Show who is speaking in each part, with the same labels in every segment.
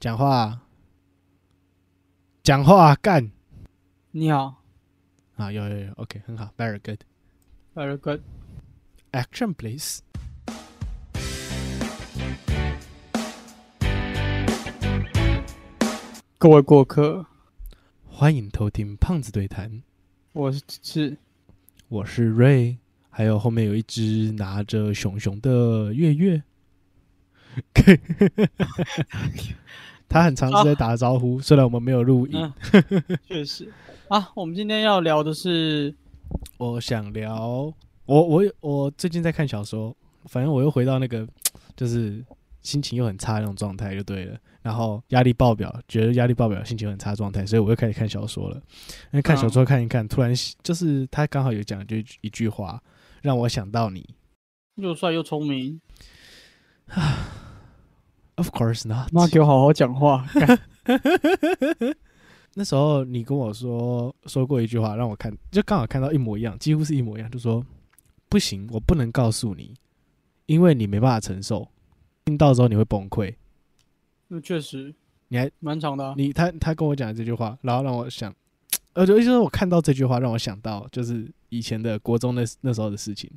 Speaker 1: 讲话，讲话干
Speaker 2: 你好
Speaker 1: 啊！有有有，OK，很好，very good。
Speaker 2: ，very good。
Speaker 1: Action please。
Speaker 2: 各位过客，
Speaker 1: 欢迎偷听胖子对谈，
Speaker 2: 我是是
Speaker 1: 我是瑞，还有后面有一只拿着熊熊的月月。 他很常是在打招呼，虽然我们没有录音。
Speaker 2: 嗯， 确实啊。我们今天要聊的是
Speaker 1: 我想聊，我我有我最近在看小说，反正我又回到那个就是心情又很差的那种状态就对了，然后压力爆表，觉得压力爆表，心情很差的状态，所以我又开始看小说了。因为看小说看一看，突然就是他刚好有讲就一句话，让我想到你。
Speaker 2: 又帅又聪明，
Speaker 1: Of course not。
Speaker 2: 妈给我好好讲话。干
Speaker 1: 那时候你跟我说说过一句话，让我看，就刚好看到一模一样，几乎是一模一样，就说不行，我不能告诉你，因为你没办法承受，听到之后你会崩溃。
Speaker 2: 那确实，
Speaker 1: 你还
Speaker 2: 蛮长的啊、
Speaker 1: 你他他跟我讲这句话，然后让我想，呃，就就是我看到这句话，让我想到就是以前的国中那那时候的事情。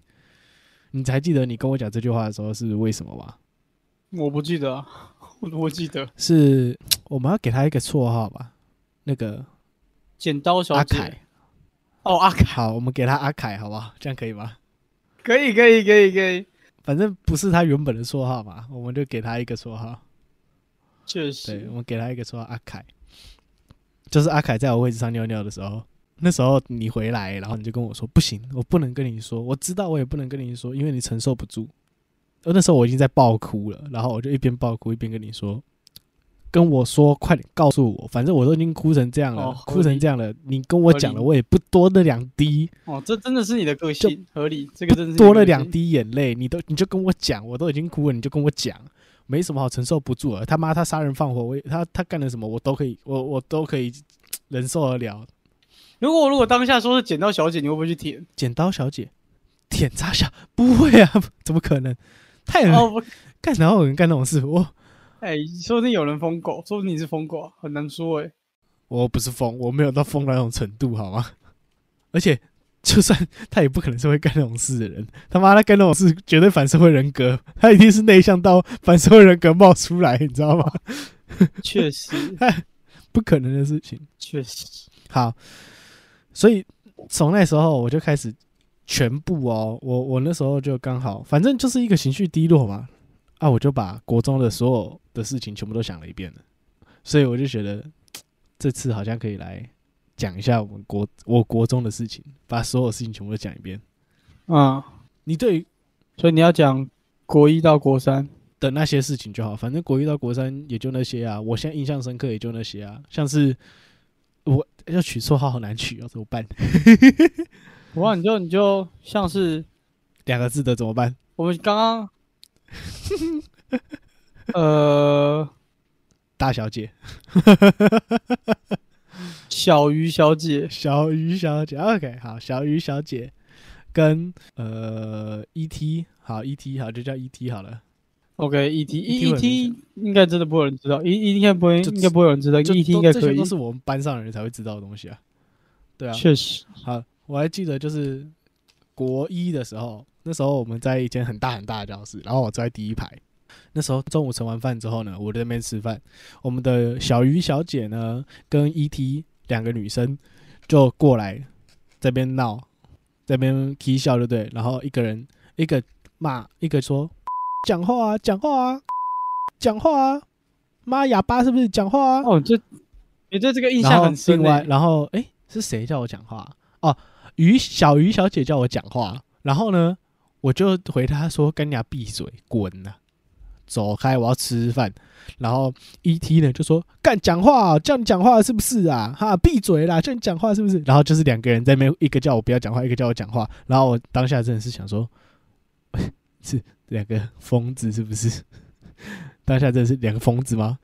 Speaker 1: 你还记得你跟我讲这句话的时候是为什么吗？
Speaker 2: 我不记得、啊，我我记得
Speaker 1: 是我们要给他一个绰号吧，那个
Speaker 2: 剪刀小
Speaker 1: 阿
Speaker 2: 姐。
Speaker 1: 凯。
Speaker 2: 哦，阿凯，
Speaker 1: 好，我们给他阿凯，好不好？这样可以吗？
Speaker 2: 可以可以可以可以，
Speaker 1: 反正不是他原本的绰号嘛，我们就给他一个绰号。
Speaker 2: 确
Speaker 1: 对，
Speaker 2: 实
Speaker 1: 我。们给他一个绰号阿凯，就是阿凯在我位置上尿尿的时候，那时候你回来，然后你就跟我说不行，我不能跟你说，我知道我也不能跟你说，因为你承受不住。而那时候我已经在爆哭了，然后我就一边爆哭一边跟你说，跟我说快点告诉我，反正我都已经哭成这样了，
Speaker 2: 哦合
Speaker 1: 哭成
Speaker 2: 理
Speaker 1: 这样了，你跟我讲了，
Speaker 2: 合理
Speaker 1: 我也不多那两滴，
Speaker 2: 哦，这真的是你的个性，合理。这个真的是你的
Speaker 1: 多了
Speaker 2: 个
Speaker 1: 两
Speaker 2: 性。
Speaker 1: 滴眼泪，你都你就跟我讲，我都已经哭了，你就跟我讲，没什么好承受不住了。他妈他杀人放火，我也他他干了什么我都可以，我我都可以忍受得了。
Speaker 2: 如果如果当下说是剪刀小姐，你会不会去舔？
Speaker 1: 剪刀小姐，舔渣小不会啊， 怎么可能？太
Speaker 2: 哦，不
Speaker 1: 干哪有人干那种事？我
Speaker 2: 哎、说不定有人疯狗，说不定你是疯狗啊，很难说哎、
Speaker 1: 我不是疯，我没有到疯到那种程度，好吗？ 而且就算他也不可能是会干那种事的人，他妈他干那种事绝对反社会人格，他一定是内向到反社会人格冒出来，你知道吗？
Speaker 2: 确实，
Speaker 1: 不可能的事情。
Speaker 2: 确实，
Speaker 1: 好，所以从那时候我就开始全部哦，我我那时候就刚好，反正就是一个情绪低落嘛，啊，我就把国中的所有的事情全部都想了一遍了，所以我就觉得这次好像可以来讲一下我们国我国中的事情，把所有事情全部都讲一遍。
Speaker 2: 嗯，
Speaker 1: 你对于
Speaker 2: 所以你要讲国一到国三，
Speaker 1: 的那些事情就好，反正国一到国三也就那些啊，我现在印象深刻也就那些啊，像是我要取绰号好难取哦，怎么办？
Speaker 2: 不然你就你就像是
Speaker 1: 两个字的怎么办？
Speaker 2: 我们刚刚， 呃，
Speaker 1: 大小姐。
Speaker 2: 小鱼小姐，
Speaker 1: 小鱼小姐，OK，好，小鱼小姐跟呃 ET，好 ET，好就叫 ET 好了，
Speaker 2: ，OK，E T E
Speaker 1: ET
Speaker 2: E
Speaker 1: 会很明
Speaker 2: T 应该真的不会有人知道，E E 应该不会，
Speaker 1: 就
Speaker 2: 应该不会有人知道
Speaker 1: 就
Speaker 2: ，E T
Speaker 1: 都
Speaker 2: 应该
Speaker 1: 这
Speaker 2: 可
Speaker 1: 些
Speaker 2: 以
Speaker 1: 都，是我们班上的人才会知道的东西啊。对啊，
Speaker 2: 确实，
Speaker 1: 好，我还记得就是国一的时候，那时候我们在一间很大很大的教室，然后我坐在第一排。那时候中午吃完饭之后呢，我就在那边吃饭。我们的小鱼小姐呢，跟 ET 两个女生就过来这边闹，这边 k 笑，对不对？然后一个人一个骂，一个说讲话啊，讲话啊，讲话啊，妈哑巴是不是？讲话啊！
Speaker 2: 哦，这你对这个印
Speaker 1: 然
Speaker 2: 象
Speaker 1: 后
Speaker 2: 很深
Speaker 1: 另外，
Speaker 2: 欸，
Speaker 1: 然后诶，是谁叫我讲话？哦，鱼小鱼小姐叫我讲话，然后呢，我就回她说：“跟你俩闭嘴，滚呐、走开，我要吃饭。”然后 E T 呢就说：“干讲话、哦，叫你讲话是不是啊？哈，闭嘴啦，叫你讲话是不是？”然后就是两个人在那边，一个叫我不要讲话，一个叫我讲话。然后我当下真的是想说， 是两个疯子是不是？ 当下真的是两个疯子吗？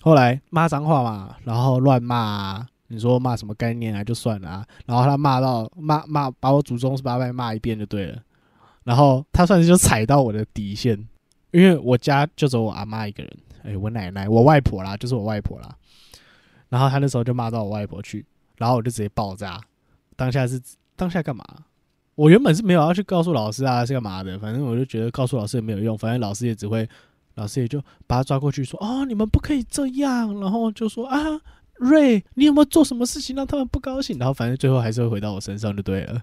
Speaker 1: 后来骂脏话嘛，然后乱骂、啊，你说骂什么概念啊，就算了啊。然后他骂到骂骂把我祖宗十八代骂一遍就对了，然后他算是就踩到我的底线，因为我家就只有我阿妈一个人，哎、哎、我奶奶，我外婆啦，就是我外婆啦。然后他那时候就骂到我外婆去，然哎后我就直接爆炸。当下是当下干嘛？我原本是没有要去告诉老师啊，是干嘛的？反正我就觉得告诉老师也没有用，反正老师也只会，老师也就把他抓过去说：“哦，你们不可以这样。”然后就说：“啊，瑞，你有没有做什么事情让他们不高兴？”然后反正最后还是会回到我身上就对了。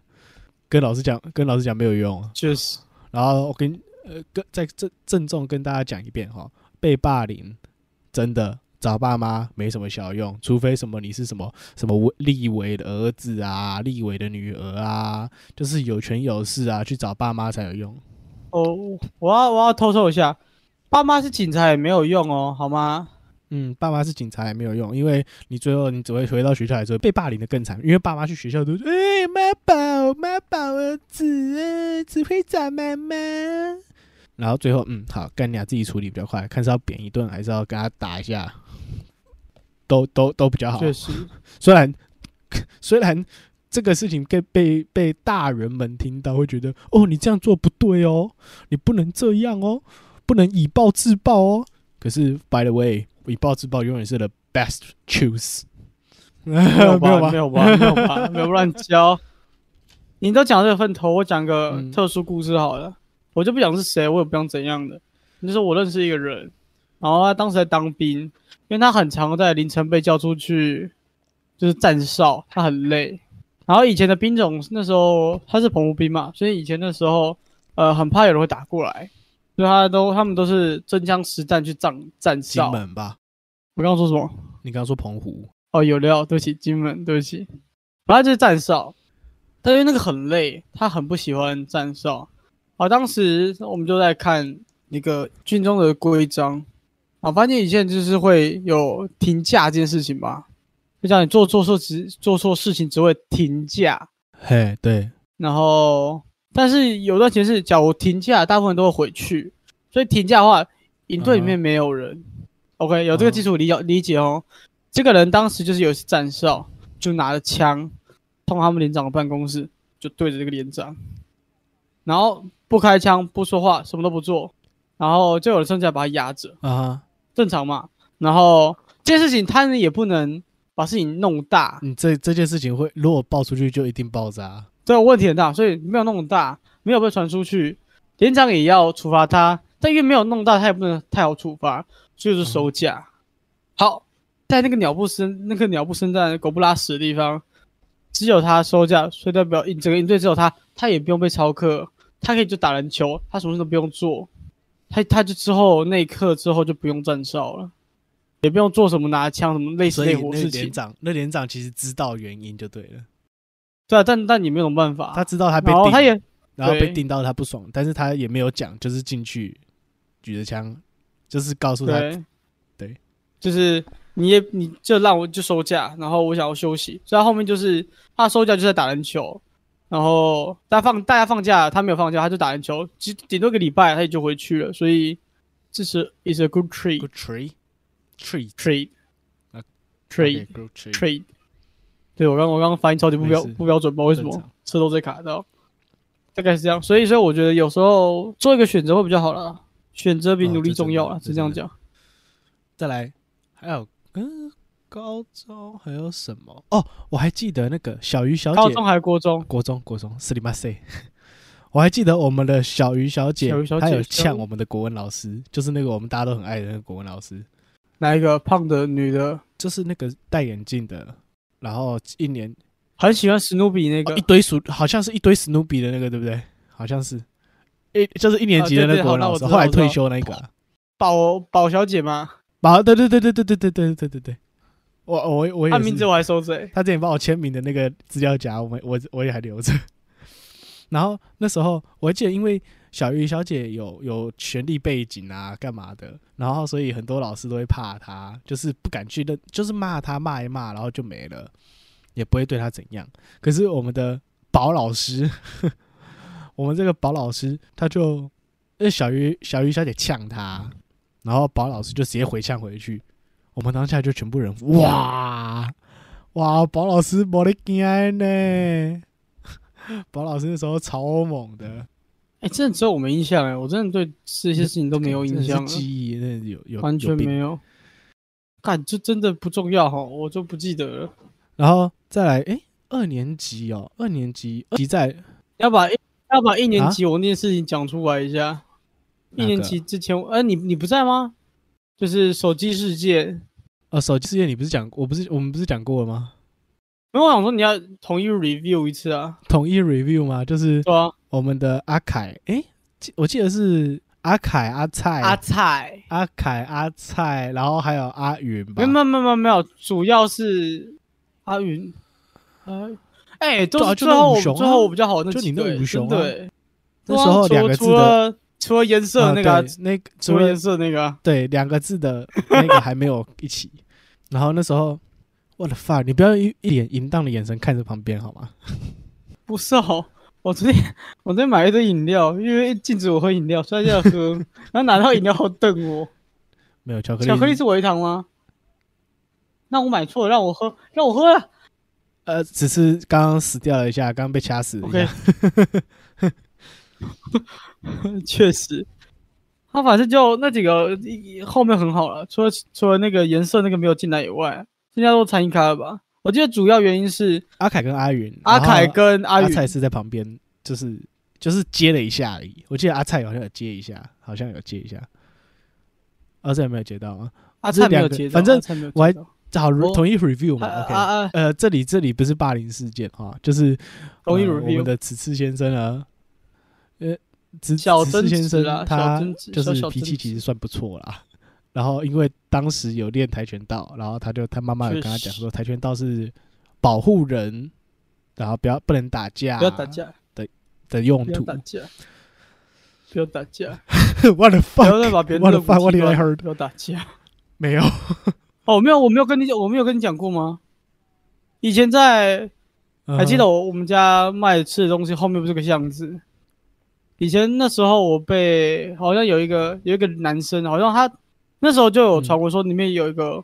Speaker 1: 跟老师讲，跟老师讲没有用啊。
Speaker 2: 确实，
Speaker 1: 然后我跟呃跟再郑郑重跟大家讲一遍哈，被霸凌真的找爸妈没什么小用，除非什么你是什么什么委立委的儿子啊，立委的女儿啊，就是有权有势啊，去找爸妈才有用。
Speaker 2: 哦，我要我要偷偷一下，爸妈是警察也没有用哦，好吗？
Speaker 1: 嗯，爸妈是警察也没有用，因为你最后你只会回到学校来说被霸凌的更惨，因为爸妈去学校都说：“哎、妈宝，妈宝儿子，呃只会找妈妈。”然后最后，嗯，好，干你俩自己处理比较快，看是要扁一顿还是要跟他打一下，都都都比较好。
Speaker 2: 确实，
Speaker 1: 虽然 虽然这个事情被被被大人们听到，会觉得哦，你这样做不对哦，你不能这样哦，不能以暴制暴哦。可是，by the way，以暴制暴永远是 the best choose。没
Speaker 2: 没有吧？
Speaker 1: 吧
Speaker 2: 没？有 吧？没有吧？没有乱教。你都讲这个分头，我讲个
Speaker 1: 嗯
Speaker 2: 特殊故事好了。我就不讲是谁，我也不讲怎样的。就是我认识一个人，然后他当时在当兵，因为他很常在凌晨被叫出去，就是站哨，他很累。然后以前的兵种那时候他是澎湖兵嘛，所以以前那时候呃很怕有人会打过来，所以他都他们都是真枪实弹去站站
Speaker 1: 金
Speaker 2: 哨。
Speaker 1: 门吧？
Speaker 2: 我刚刚说什么？
Speaker 1: 你刚刚说澎湖，
Speaker 2: 哦，有料，对不起，金门，对不起，反正就是站哨，但因为那个很累，他很不喜欢站哨。好，当时我们就在看一个军中的规章，啊，发现以前就是会有停假这件事情吧，就像你做做错事做错事情只会停假，
Speaker 1: 嘿，对，
Speaker 2: 然后但是有段时间是，假如停假，大部分都会回去，所以停假的话，营队里面没有人。OK，有这个基础理解、理解哦。这个人当时就是有一次站哨，就拿着枪，冲他们连长的办公室，就对着这个连长，然后不开枪，不说话，什么都不做，然后就有人上前把他压着。
Speaker 1: 啊，
Speaker 2: 正常嘛。然后这件事情他也不能把事情弄大，
Speaker 1: 你这这件事情会如果爆出去就一定爆炸。
Speaker 2: 这个问题很大，所以没有弄大，没有被传出去，连长也要处罚他，但因为没有弄大，他也不能太好处罚，所以就是收假。
Speaker 1: 嗯
Speaker 2: 好，在那个鸟不生那个鸟不生蛋狗不拉屎的地方，只有他收假，所以代表整个营队只有他，他也不用被操课，他可以就打篮球，他什么事都不用做，他他就之后那一刻之后就不用站哨了，也不用做什么拿枪什么累死
Speaker 1: 所
Speaker 2: 累
Speaker 1: 以
Speaker 2: 活
Speaker 1: 那
Speaker 2: 事情
Speaker 1: 连。长，那连长其实知道原因就对了，
Speaker 2: 对啊，但但你没有办法，
Speaker 1: 他知道他被
Speaker 2: 然后
Speaker 1: 定
Speaker 2: 他也
Speaker 1: 然后被
Speaker 2: 对
Speaker 1: 定到他不爽，但是他也没有讲，就是进去举着枪，就是告诉他，
Speaker 2: 对，
Speaker 1: 对，
Speaker 2: 就是你也你就让我就收假，然后我想要休息，所以他后面就是他收假就在打篮球，然后大家放大家放假，他没有放假，他就打篮球，只顶多一个礼拜他也就回去了，所以这是 is a good trade
Speaker 1: Good tree, tree,
Speaker 2: trade
Speaker 1: 啊
Speaker 2: trade
Speaker 1: good tree，
Speaker 2: trade。对我刚我刚刚发音超级不标
Speaker 1: 没事
Speaker 2: 不标准，不知道为什么
Speaker 1: 正常
Speaker 2: 车都在卡到，大概是这样。所以所以我觉得有时候做一个选择会比较好啦，选择比
Speaker 1: 哦
Speaker 2: 努力
Speaker 1: 这
Speaker 2: 重
Speaker 1: 真
Speaker 2: 要
Speaker 1: 的
Speaker 2: 啦，
Speaker 1: 这
Speaker 2: 是这样
Speaker 1: 真的
Speaker 2: 讲。
Speaker 1: 再来，还有嗯，高中还有什么？哦，我还记得那个小鱼小
Speaker 2: 高
Speaker 1: 姐，
Speaker 2: 中还是国中？
Speaker 1: 国中国中是里马塞， 我还记得我们的小鱼小姐
Speaker 2: 小鱼，小
Speaker 1: 她
Speaker 2: 姐
Speaker 1: 有
Speaker 2: 小
Speaker 1: 呛
Speaker 2: 鱼
Speaker 1: 我们的国文老师，就是那个我们大家都很爱的那个国文老师，
Speaker 2: 哪一个胖的女的
Speaker 1: 就是那个戴眼镜的，然后一年
Speaker 2: 很喜欢史努比那个
Speaker 1: 哦、一？堆鼠，好像是一堆史努比的那个，对不对？好像是，一就是一年级的那个国文老师，
Speaker 2: 啊对对好那我知道
Speaker 1: 后来退休那个、啊。
Speaker 2: 宝宝小姐吗？
Speaker 1: 啊，对对对对对对对对对对对，我我我也
Speaker 2: 她
Speaker 1: 是
Speaker 2: 名字我还收着、欸。
Speaker 1: 他之前帮我签名的那个资料夹，我们我我也还留着。然后那时候我还记得，因为小鱼小姐有有权力背景啊，干嘛的，然后所以很多老师都会怕她，就是不敢去认，就是骂她骂一骂，然后就没了，也不会对她怎样。可是我们的宝老师， 我们这个宝老师，他就那小鱼小鱼小姐呛他，然后宝老师就直接回呛回去，我们当下就全部人哇。哇，宝老师 没得惊呢！宝老师那时候超猛的，
Speaker 2: 哎、真的只有我没印象哎、我真的对这些事情都没有印
Speaker 1: 真的
Speaker 2: 象
Speaker 1: 哎是
Speaker 2: 了，
Speaker 1: 记忆真的有有
Speaker 2: 完全。没
Speaker 1: 病
Speaker 2: 有。干，这真的不重要哈，我就不记得了。
Speaker 1: 然后再来，哎，二年级哦，二年级，二年级在
Speaker 2: 要把一要把一年
Speaker 1: 啊
Speaker 2: 级我那件事情讲出来一下。
Speaker 1: 哪
Speaker 2: 一年
Speaker 1: 个
Speaker 2: 级之前我，哎、你你不在吗？就是手机世界，
Speaker 1: 呃手机世界，你不是讲，我不是我们不是讲过了吗？
Speaker 2: 因为我想说你要统一 review 一次啊，
Speaker 1: 统一 review 嘛，就是
Speaker 2: 对吧、
Speaker 1: 我们的阿凯，哎，记我记得是阿凯、阿蔡、
Speaker 2: 阿菜，
Speaker 1: 阿凯、阿蔡，然后还有阿云吧呃
Speaker 2: 没有。没有没有没有，主要是阿云，呃，哎、都
Speaker 1: 对啊
Speaker 2: 是
Speaker 1: 就
Speaker 2: 最
Speaker 1: 那
Speaker 2: 后
Speaker 1: 五
Speaker 2: 我、
Speaker 1: 雄啊
Speaker 2: 最后我比较好那
Speaker 1: 就
Speaker 2: 几
Speaker 1: 你那
Speaker 2: 对
Speaker 1: 五雄啊
Speaker 2: 对，
Speaker 1: 那时候
Speaker 2: 对啊
Speaker 1: 两个字
Speaker 2: 除除
Speaker 1: 的，
Speaker 2: 了除了颜色
Speaker 1: 啊
Speaker 2: 那个啊、
Speaker 1: 对那个
Speaker 2: 除
Speaker 1: 除
Speaker 2: 了
Speaker 1: 了
Speaker 2: 颜色那个啊、
Speaker 1: 对两个字的那个还没有一起。然后那时候，我的 fuck，你不要一一脸淫荡的眼神看着旁边好吗？
Speaker 2: 不是哦。我昨天我昨天买了一堆饮料，因为禁止我喝饮料，所以要喝。 然后拿到饮料后瞪我，
Speaker 1: 没有巧克力，
Speaker 2: 巧克力是微糖吗？那我买错了，让我喝，让我喝了。
Speaker 1: 呃，只是刚刚死掉了一下，刚刚被掐死了一下。
Speaker 2: OK，确实，他反正就那几个一后面很好了，除了除了那个颜色那个没有进来以外，现在都参与开了吧？我记得主要原因是
Speaker 1: 阿凯跟阿云，
Speaker 2: 阿凯
Speaker 1: 然后
Speaker 2: 跟阿
Speaker 1: 哦阿
Speaker 2: 宇，
Speaker 1: 蔡是在旁边，就是就是接了一下而已。我记得阿蔡好像有接一下，好像有接一下。阿蔡有没有接到啊？
Speaker 2: 阿
Speaker 1: 这
Speaker 2: 灿没
Speaker 1: 两
Speaker 2: 有
Speaker 1: 个
Speaker 2: 接到，
Speaker 1: 反正
Speaker 2: 阿灿没有
Speaker 1: 我还
Speaker 2: 接到
Speaker 1: 好，
Speaker 2: 我
Speaker 1: 同意 review 嘛
Speaker 2: 啊
Speaker 1: ，OK。
Speaker 2: 啊啊，
Speaker 1: 呃，这里这里不是霸凌事件啊，就是
Speaker 2: 同意
Speaker 1: 呃我们
Speaker 2: review，
Speaker 1: 的此次先生呢，呃，子
Speaker 2: 小
Speaker 1: 子次
Speaker 2: 争
Speaker 1: 先
Speaker 2: 执
Speaker 1: 生
Speaker 2: 啦小
Speaker 1: 他
Speaker 2: 争执
Speaker 1: 就
Speaker 2: 小
Speaker 1: 是
Speaker 2: 小
Speaker 1: 脾
Speaker 2: 争
Speaker 1: 气其实
Speaker 2: 执
Speaker 1: 算不错啦。然后因为当时有练跆拳道，然后他就他妈妈有
Speaker 2: 确
Speaker 1: 跟他讲
Speaker 2: 实
Speaker 1: 说，跆拳道是保护人，然后不要不能打架，
Speaker 2: 不要打架，
Speaker 1: 的用
Speaker 2: 不要
Speaker 1: 途。
Speaker 2: 打架，不要打架，
Speaker 1: What the
Speaker 2: 不要
Speaker 1: fuck？
Speaker 2: 再把别人
Speaker 1: What the
Speaker 2: 的
Speaker 1: fuck？What did I heard？
Speaker 2: 不要打架。
Speaker 1: 没有，
Speaker 2: 哦，没有，我没有跟你，我没有跟你讲过吗？以前在
Speaker 1: 嗯
Speaker 2: 还记得我我们家卖吃的东西后面不是个巷子？以前那时候我被好像有一个有一个男生，好像他那时候就有传闻说里面有一个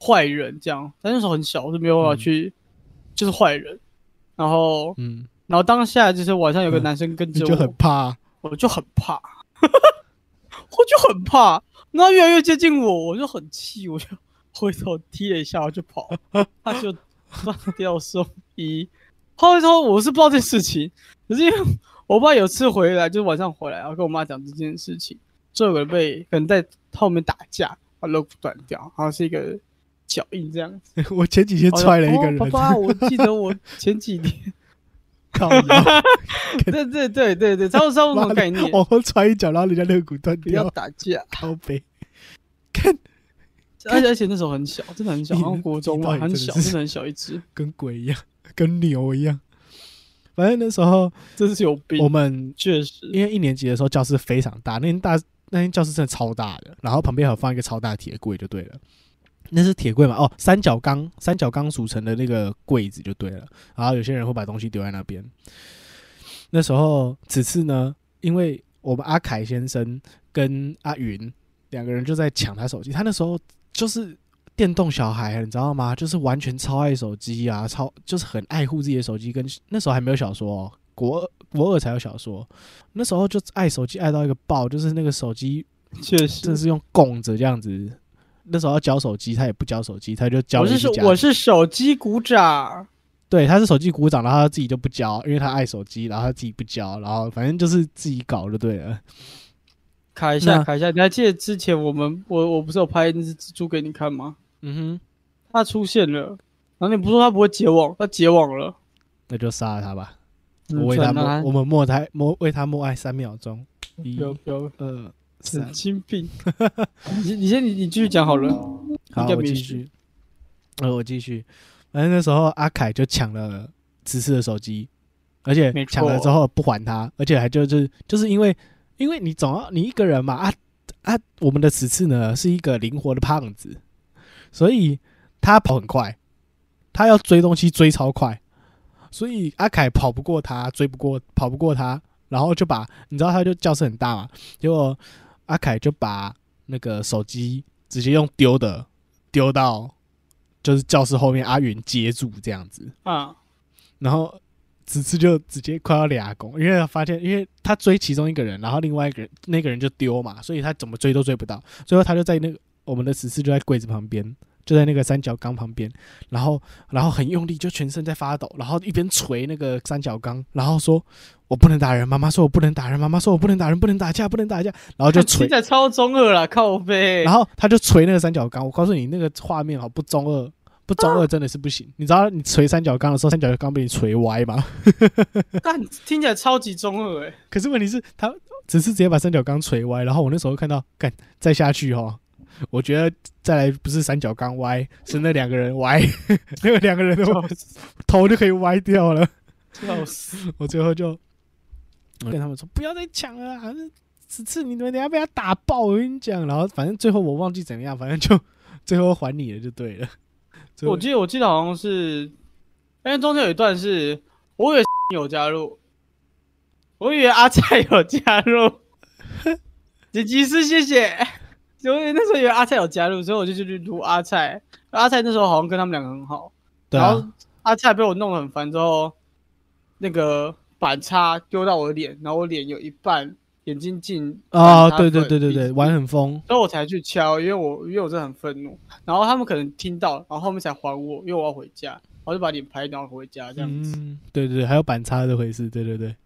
Speaker 2: 坏人这样，但那时候很小，我就没有办法
Speaker 1: 嗯
Speaker 2: 去，就是坏人。然后，
Speaker 1: 嗯，
Speaker 2: 然后当下就是晚上有个
Speaker 1: 嗯
Speaker 2: 男生跟
Speaker 1: 你
Speaker 2: 着
Speaker 1: 就很
Speaker 2: 我，
Speaker 1: 怕，
Speaker 2: 我就很怕， 我就很怕。然后越来越接近我，我就很气，我就回头踢了一 下，我就跑，他就断掉送医。后来之后我是不知道这件事情，可是因为我爸有次回来，就是晚上回来，然后跟我妈讲这件事情，就有人被可能在后面打架，把肋骨断掉，然后是一个脚印这样子。
Speaker 1: 我前几天
Speaker 2: 我就
Speaker 1: 踹了一
Speaker 2: 哦
Speaker 1: 个人，
Speaker 2: 爸爸，我记得我前几年，
Speaker 1: 靠 腰，
Speaker 2: 对对对对对，差不多差不多那
Speaker 1: 妈
Speaker 2: 种概念
Speaker 1: 的，，往后踹一脚，然后人家肋骨断
Speaker 2: 不要
Speaker 1: 掉，
Speaker 2: 打架。
Speaker 1: 靠背。
Speaker 2: 而且而且那时候很小，真的很小，
Speaker 1: 你
Speaker 2: 然后国中嘛，
Speaker 1: 你到底
Speaker 2: 很
Speaker 1: 真的
Speaker 2: 小，
Speaker 1: 是
Speaker 2: 真的很小一只，
Speaker 1: 跟鬼一样，跟牛一样。反正那时候
Speaker 2: 真是有
Speaker 1: 我
Speaker 2: 病，
Speaker 1: 们
Speaker 2: 确实。
Speaker 1: 因为一年级的时候教室非常大，那天大那天教室真的超大的，然后旁边还有放一个超大的铁柜就对了。那是铁柜嘛？哦，三角钢三角钢组成的那个柜子就对了。然后有些人会把东西丢在那边。那时候此次呢，因为我们阿凯先生跟阿云两个人就在抢他手机，他那时候就是电动小孩，啊你知道吗？就是完全超爱手机啊，超就是很爱护自己的手机。跟那时候还没有小说、哦，国二国二才有小说，那时候就爱手机爱到一个爆，就是那个手机
Speaker 2: 确
Speaker 1: 真的
Speaker 2: 实，
Speaker 1: 是用供着这样子。那时候要交手机，他也不交手机，他就交
Speaker 2: 我
Speaker 1: 了一
Speaker 2: 是
Speaker 1: 家
Speaker 2: 手我是手机鼓掌，
Speaker 1: 对，他是手机鼓掌，然后他自己就不交，因为他爱手机，然后他自己不交，然后反正就是自己搞就对了。
Speaker 2: 卡一下
Speaker 1: 那
Speaker 2: 卡一下。你还记得之前我们我我不是有拍那只蜘蛛给你看吗？
Speaker 1: 嗯哼，
Speaker 2: 它出现了，然后你不是说它不会结网，它结网了。
Speaker 1: 那就杀了他吧。
Speaker 2: 嗯
Speaker 1: 我为他
Speaker 2: 算
Speaker 1: 默
Speaker 2: 了它，
Speaker 1: 我们默哀，默为他默哀三秒钟。一
Speaker 2: 不要不要，
Speaker 1: 二三
Speaker 2: 神，经病。你先你先你你继续讲好了。
Speaker 1: 好，
Speaker 2: 应该
Speaker 1: 我
Speaker 2: 没
Speaker 1: 继
Speaker 2: 事
Speaker 1: 续。呃，我继续。反正那时候阿凯就抢了芝芝的手机，而且
Speaker 2: 没
Speaker 1: 抢了
Speaker 2: 错
Speaker 1: 之后不还他，而且还就是就是因为因为你总要你一个人嘛啊啊！我们的此次呢是一个灵活的胖子，所以他跑很快，他要追东西追超快，所以阿凯跑不过他，追不过跑不过他，然后就把你知道他就教室很大嘛，结果阿凯就把那个手机直接用丢的丢到就是教室后面，阿云接住这样子，
Speaker 2: 啊，
Speaker 1: 然后此次就直接快要俩拱，因为他发现，因为他追其中一个人，然后另外一个人那个人就丢嘛，所以他怎么追都追不到。最后他就在那个我们的此次就在柜子旁边，就在那个三角缸旁边，然后然后很用力，就全身在发抖，然后一边捶那个三角缸，然后说：“我不能打人，妈妈说我不能打人，妈妈说我不能打人，不能打架，不能打架。”然后就捶
Speaker 2: 听起，来超中二啦，靠背。
Speaker 1: 然后他就捶那个三角缸。我告诉你，那个画面好不中二，不中二真的是不行。你知道你捶三角缸的时候，三角缸被你捶歪吗？
Speaker 2: 干听起来超级中 二哎、
Speaker 1: 可是问题是，他只是直接把三角缸捶歪，然后我那时候看到，干再下去哦，我觉得再来不是三角缸歪，是那两个人歪， 那个两个人的
Speaker 2: 笑死，
Speaker 1: 头就可以歪掉了。
Speaker 2: 笑死！
Speaker 1: 我最后就跟他们说，不要再抢了啊，此次你们等下被他打爆，我跟你讲。然后反正最后我忘记怎么样，反正就 最后还你了就对了。最后
Speaker 2: 我记得我记得好像是，因为中间有一段是，我以为 有加入，我以为阿菜有加入， 剪辑师谢谢。所以那时候以为阿菜有加入，所以我就去撸阿菜。阿菜那时候好像跟他们两个很好，
Speaker 1: 对
Speaker 2: 然后
Speaker 1: 啊，
Speaker 2: 阿菜被我弄得很烦之后，那个板擦丢到我的脸，然后我脸有一半眼睛进
Speaker 1: 哦，
Speaker 2: 板擦
Speaker 1: 对对
Speaker 2: 粉
Speaker 1: 对对
Speaker 2: 鼻
Speaker 1: 对，
Speaker 2: 子
Speaker 1: 玩很疯，
Speaker 2: 所以我才去敲，因为我因为我真的很愤怒，然后他们可能听到，然后后面才还我，因为我要回家，我就把脸拍然后回家这样子。
Speaker 1: 嗯，对对对，还有板擦这回事，对对对。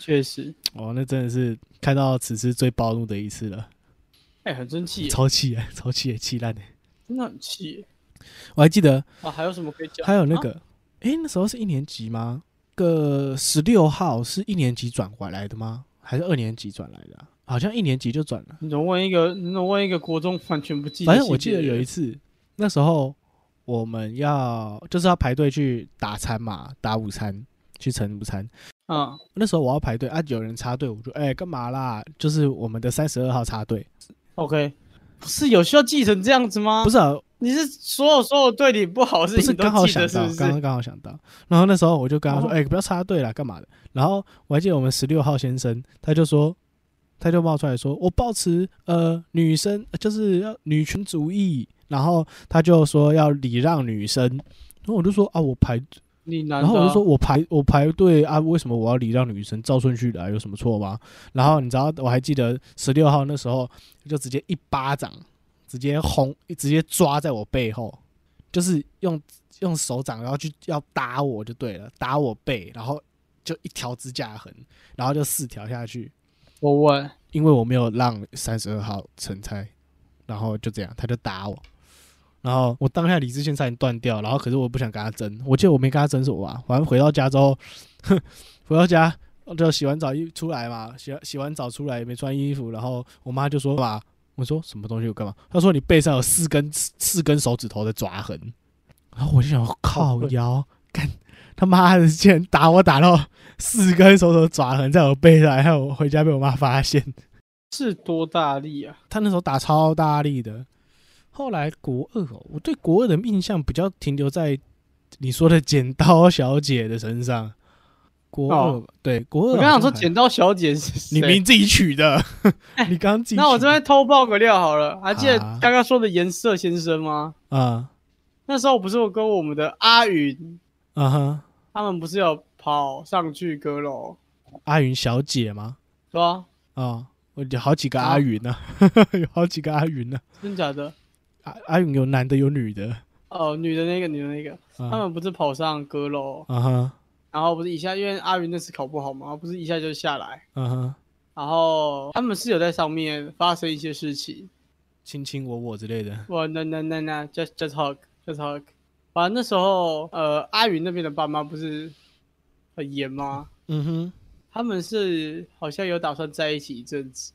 Speaker 2: 确、实，
Speaker 1: 哦，那真的是看到此时最暴怒的一次了，
Speaker 2: 哎、很生气耶，
Speaker 1: 超气 哎，超气哎，气烂哎！
Speaker 2: 真的很气耶
Speaker 1: 我还记得
Speaker 2: 啊！还有什么可以讲？
Speaker 1: 还有那
Speaker 2: 啊
Speaker 1: 个，诶，那时候是一年级吗？个十六号是一年级转过来的吗？还是二年级转来的啊、好像一年级就转了。
Speaker 2: 你怎么问一个？你怎么问一个国中完全不记得？
Speaker 1: 反正我记得有一，次，那时候我们要就是要排队去打餐嘛，打午餐，去盛午餐。
Speaker 2: 嗯，
Speaker 1: 那时候我要排队啊，有人插队，我就哎、干嘛啦？就是我们的三十二号插队，
Speaker 2: OK，不是有需要记成这样子吗？
Speaker 1: 不是、
Speaker 2: 是，
Speaker 1: 啊，
Speaker 2: 你是所有所有对你不好的
Speaker 1: 不
Speaker 2: 事
Speaker 1: 是
Speaker 2: 情都
Speaker 1: 刚好
Speaker 2: 记
Speaker 1: 想
Speaker 2: 得是
Speaker 1: 到
Speaker 2: 不，是？
Speaker 1: 刚刚刚好想到。然后那时候我就跟他说：“
Speaker 2: 哦
Speaker 1: 哎、不要插队了，干嘛的？”然后我还记得我们十六号先生，他就说，他就冒出来说：“我抱持呃女生呃就是要女权主义。”然后他就说要礼让女生，然后我就说啊，我排，
Speaker 2: 你难、啊，
Speaker 1: 然后我就说我排我排队啊，为什么我要礼让女生？照顺序来有什么错吗？然后你知道我还记得十六号那时候就直接一巴掌，直接轰，直接抓在我背后，就是用用手掌，然后去要打我就对了，打我背，然后就一条指甲痕，然后就四条下去，
Speaker 2: 我问，
Speaker 1: 因为我没有让三十二号成才，然后就这样，他就打我，然后我当下理智线差点断掉，然后可是我不想跟他争，我记得我没跟他争什么啊吧，反正回到家之后， 哼，回到家就洗完澡一出来嘛，洗洗完澡出来也没穿衣服，然后我妈就说嘛，我说什么东西我干嘛？她说你背上有四根四根手指头的抓痕，然后我就想靠腰干。他妈的，竟然打我打到四根手指头抓痕在我背上，还有我回家被我妈发现。
Speaker 2: 是多大力啊？
Speaker 1: 他那时候打超大力的。后来国二哦，我对国二的印象比较停留在你说的剪刀小姐的身上。国二、
Speaker 2: 哦
Speaker 1: 对国二，
Speaker 2: 我刚想说剪，刀小姐是谁哎
Speaker 1: 你明自己取的， 你刚刚自己取的。
Speaker 2: 那我这边偷爆个料好了，还记得
Speaker 1: 啊
Speaker 2: 刚刚说的颜色先生吗？
Speaker 1: 啊
Speaker 2: 那时候不是我跟我们的阿云，
Speaker 1: 啊哈，
Speaker 2: 他们不是有跑上去阁楼，
Speaker 1: 阿云小姐吗？
Speaker 2: 是吧？
Speaker 1: 啊，我有好几个阿云呢、啊， 有好几个阿云呢、
Speaker 2: 真假的？
Speaker 1: 啊。阿阿云有男的有女的。
Speaker 2: 哦，女的那个，女的那个，他
Speaker 1: 啊
Speaker 2: 们不是跑上阁楼，
Speaker 1: 啊哈
Speaker 2: 然后不是一下，因为阿云那次考不好嘛，不是一下就下来，
Speaker 1: 啊哈，
Speaker 2: 然后他们是有在上面发生一些事情。
Speaker 1: 亲亲我我之类的。
Speaker 2: 我那那那那 just just hug just hug，反正那时候呃，阿云那边的爸妈不是很严吗？
Speaker 1: 嗯哼，
Speaker 2: 他们是好像有打算在一起一 阵子，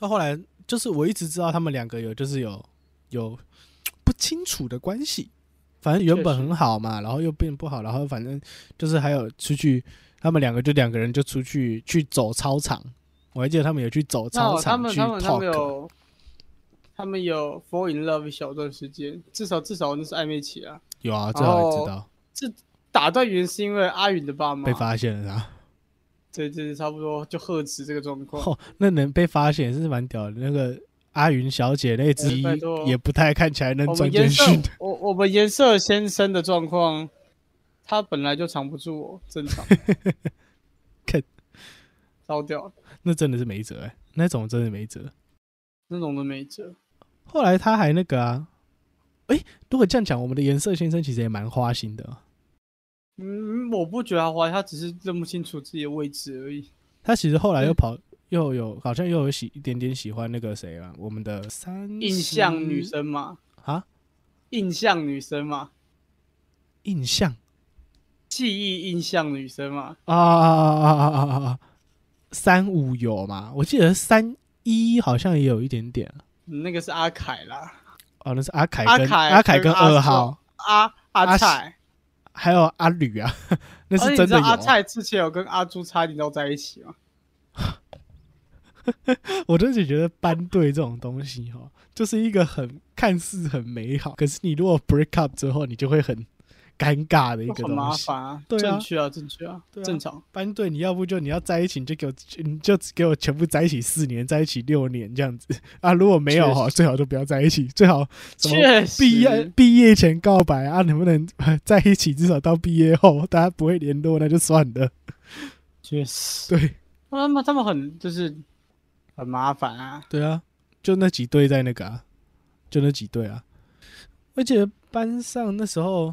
Speaker 1: 到后来就是我一直知道他们两个有就是有有不清楚的关系，反正原本
Speaker 2: 确实
Speaker 1: 很好嘛，然后又变不好，然后反正就是还有出去，他们两个就两个人就出去去走操场，我还记得他们有去走
Speaker 2: 那
Speaker 1: 操
Speaker 2: 哦他
Speaker 1: 场
Speaker 2: 们
Speaker 1: 去
Speaker 2: 他们他们
Speaker 1: talk，
Speaker 2: 有他们有 fall in love 一小段时间，至少至少那是暧昧期啊。
Speaker 1: 有啊，这
Speaker 2: 然
Speaker 1: 我
Speaker 2: 后
Speaker 1: 也知道
Speaker 2: 打断原因是因为阿云的爸妈
Speaker 1: 被，发现了啊，
Speaker 2: 对对，差不多就呵斥这个状 况。
Speaker 1: 哦，那能被发现也是蛮屌的，那个阿云小姐那只
Speaker 2: 哎拜托
Speaker 1: 也不太看起来能
Speaker 2: 我
Speaker 1: 钻
Speaker 2: 们
Speaker 1: 进
Speaker 2: 颜色
Speaker 1: 去的，
Speaker 2: 我我们颜色先生的状况，他本来就藏不住我，正常
Speaker 1: 看。
Speaker 2: 烧掉了
Speaker 1: 那真的是没辙、欸，那种真的没辙。
Speaker 2: 那种的没辙。
Speaker 1: 后来他还那个啊，哎、如果这样讲，我们的颜色先生其实也蛮花心的啊、
Speaker 2: 嗯，我不觉得他怀疑，他只是认不清楚自己的位置而已。
Speaker 1: 他其实后来又跑，
Speaker 2: 嗯
Speaker 1: 又有好像又有喜一点点喜欢那个谁啊，我们的三
Speaker 2: 印象
Speaker 1: 嗯
Speaker 2: 女生嘛，
Speaker 1: 啊，
Speaker 2: 印象女生嘛，
Speaker 1: 印象
Speaker 2: 记忆印象女生嘛，
Speaker 1: 啊啊啊啊啊啊啊！三五有嘛？我记得三一好像也有一点点啊
Speaker 2: 那个是阿凯啦，
Speaker 1: 哦，那是阿凯
Speaker 2: 阿
Speaker 1: 跟
Speaker 2: 凯
Speaker 1: 阿凯
Speaker 2: 跟
Speaker 1: 跟
Speaker 2: 阿
Speaker 1: 二
Speaker 2: 硕
Speaker 1: 号，
Speaker 2: 阿阿
Speaker 1: 阿
Speaker 2: 菜。
Speaker 1: 还有阿吕啊， 那
Speaker 2: 而且
Speaker 1: 是
Speaker 2: 哦你
Speaker 1: 真
Speaker 2: 知
Speaker 1: 的
Speaker 2: 道
Speaker 1: 有
Speaker 2: 阿
Speaker 1: 啊、
Speaker 2: 蔡之前有跟阿朱差点都在一起吗？
Speaker 1: 我真是觉得班队这种东西哈、就是一个很看似很美好，可是你如果 break up 之后，你就会很尴尬的一个
Speaker 2: 很麻
Speaker 1: 东西。
Speaker 2: 烦啊，
Speaker 1: 对啊
Speaker 2: 正确啊，正确啊，
Speaker 1: 对啊
Speaker 2: 正常。
Speaker 1: 班队你要不就你要在一起，你就给我你就只给我全部在一起四年，在一起六年这样子啊。如果没有哈，最好都不要在一起，最好什么
Speaker 2: 确实，
Speaker 1: 毕业毕业前告白啊，能不能呃在一起？至少到毕业后，大家不会联络，那就算了。
Speaker 2: 确实，
Speaker 1: 对
Speaker 2: 他们他们很就是很麻烦啊。
Speaker 1: 对啊，就那几对在那个啊，就那几对啊。而且班上那时候，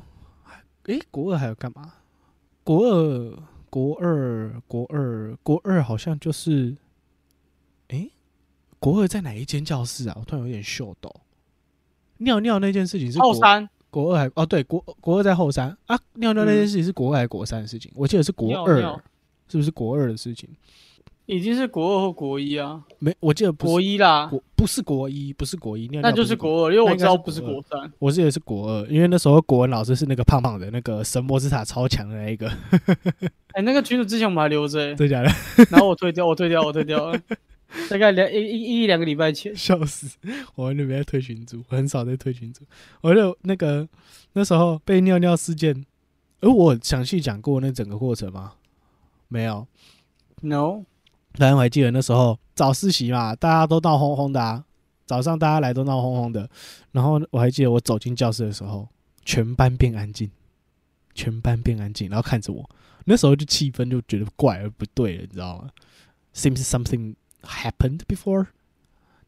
Speaker 1: 诶、国二还有干嘛？国二，国二，国二，国二好像就是，诶、国二在哪一间教室啊？我突然有点秀抖。尿尿那件事情是
Speaker 2: 后
Speaker 1: 国
Speaker 2: 山
Speaker 1: 国二还哦对，国国二在后山啊，尿尿那件事情是国二还是国三的事情？我记得是国二，
Speaker 2: 嗯尿尿
Speaker 1: 是不是国二的事情？
Speaker 2: 已经是国二或国一啊，
Speaker 1: 没，我记得不
Speaker 2: 国
Speaker 1: 是
Speaker 2: 一啦，
Speaker 1: 国不是国一，不是国一，尿尿
Speaker 2: 啊那就
Speaker 1: 不
Speaker 2: 是
Speaker 1: 是，
Speaker 2: 国二，因为我知道
Speaker 1: 那应
Speaker 2: 不
Speaker 1: 该是
Speaker 2: 是
Speaker 1: 国二
Speaker 2: 国三。
Speaker 1: 我记得是国二，因为那时候国文老师是那个胖胖的那个神魔之塔超强的那一个，
Speaker 2: 哎，那个群主之前我们还留着欸，
Speaker 1: 真假的
Speaker 2: 然后我退掉，我退掉，我退掉了，大概两一一一两个礼拜前。
Speaker 1: 笑死！我那边在推群组，我很少在推群组，我就那个那时候被尿尿事件，而我详细讲过那整个过程吗？没有，
Speaker 2: No，
Speaker 1: 然后我还记得那时候早自习嘛，大家都闹哄哄的啊，早上大家来都闹哄哄的。然后我还记得我走进教室的时候，全班变安静，全班变安静，然后看着我，那时候就气氛就觉得怪而不对了，你知道吗？Seems something happened before，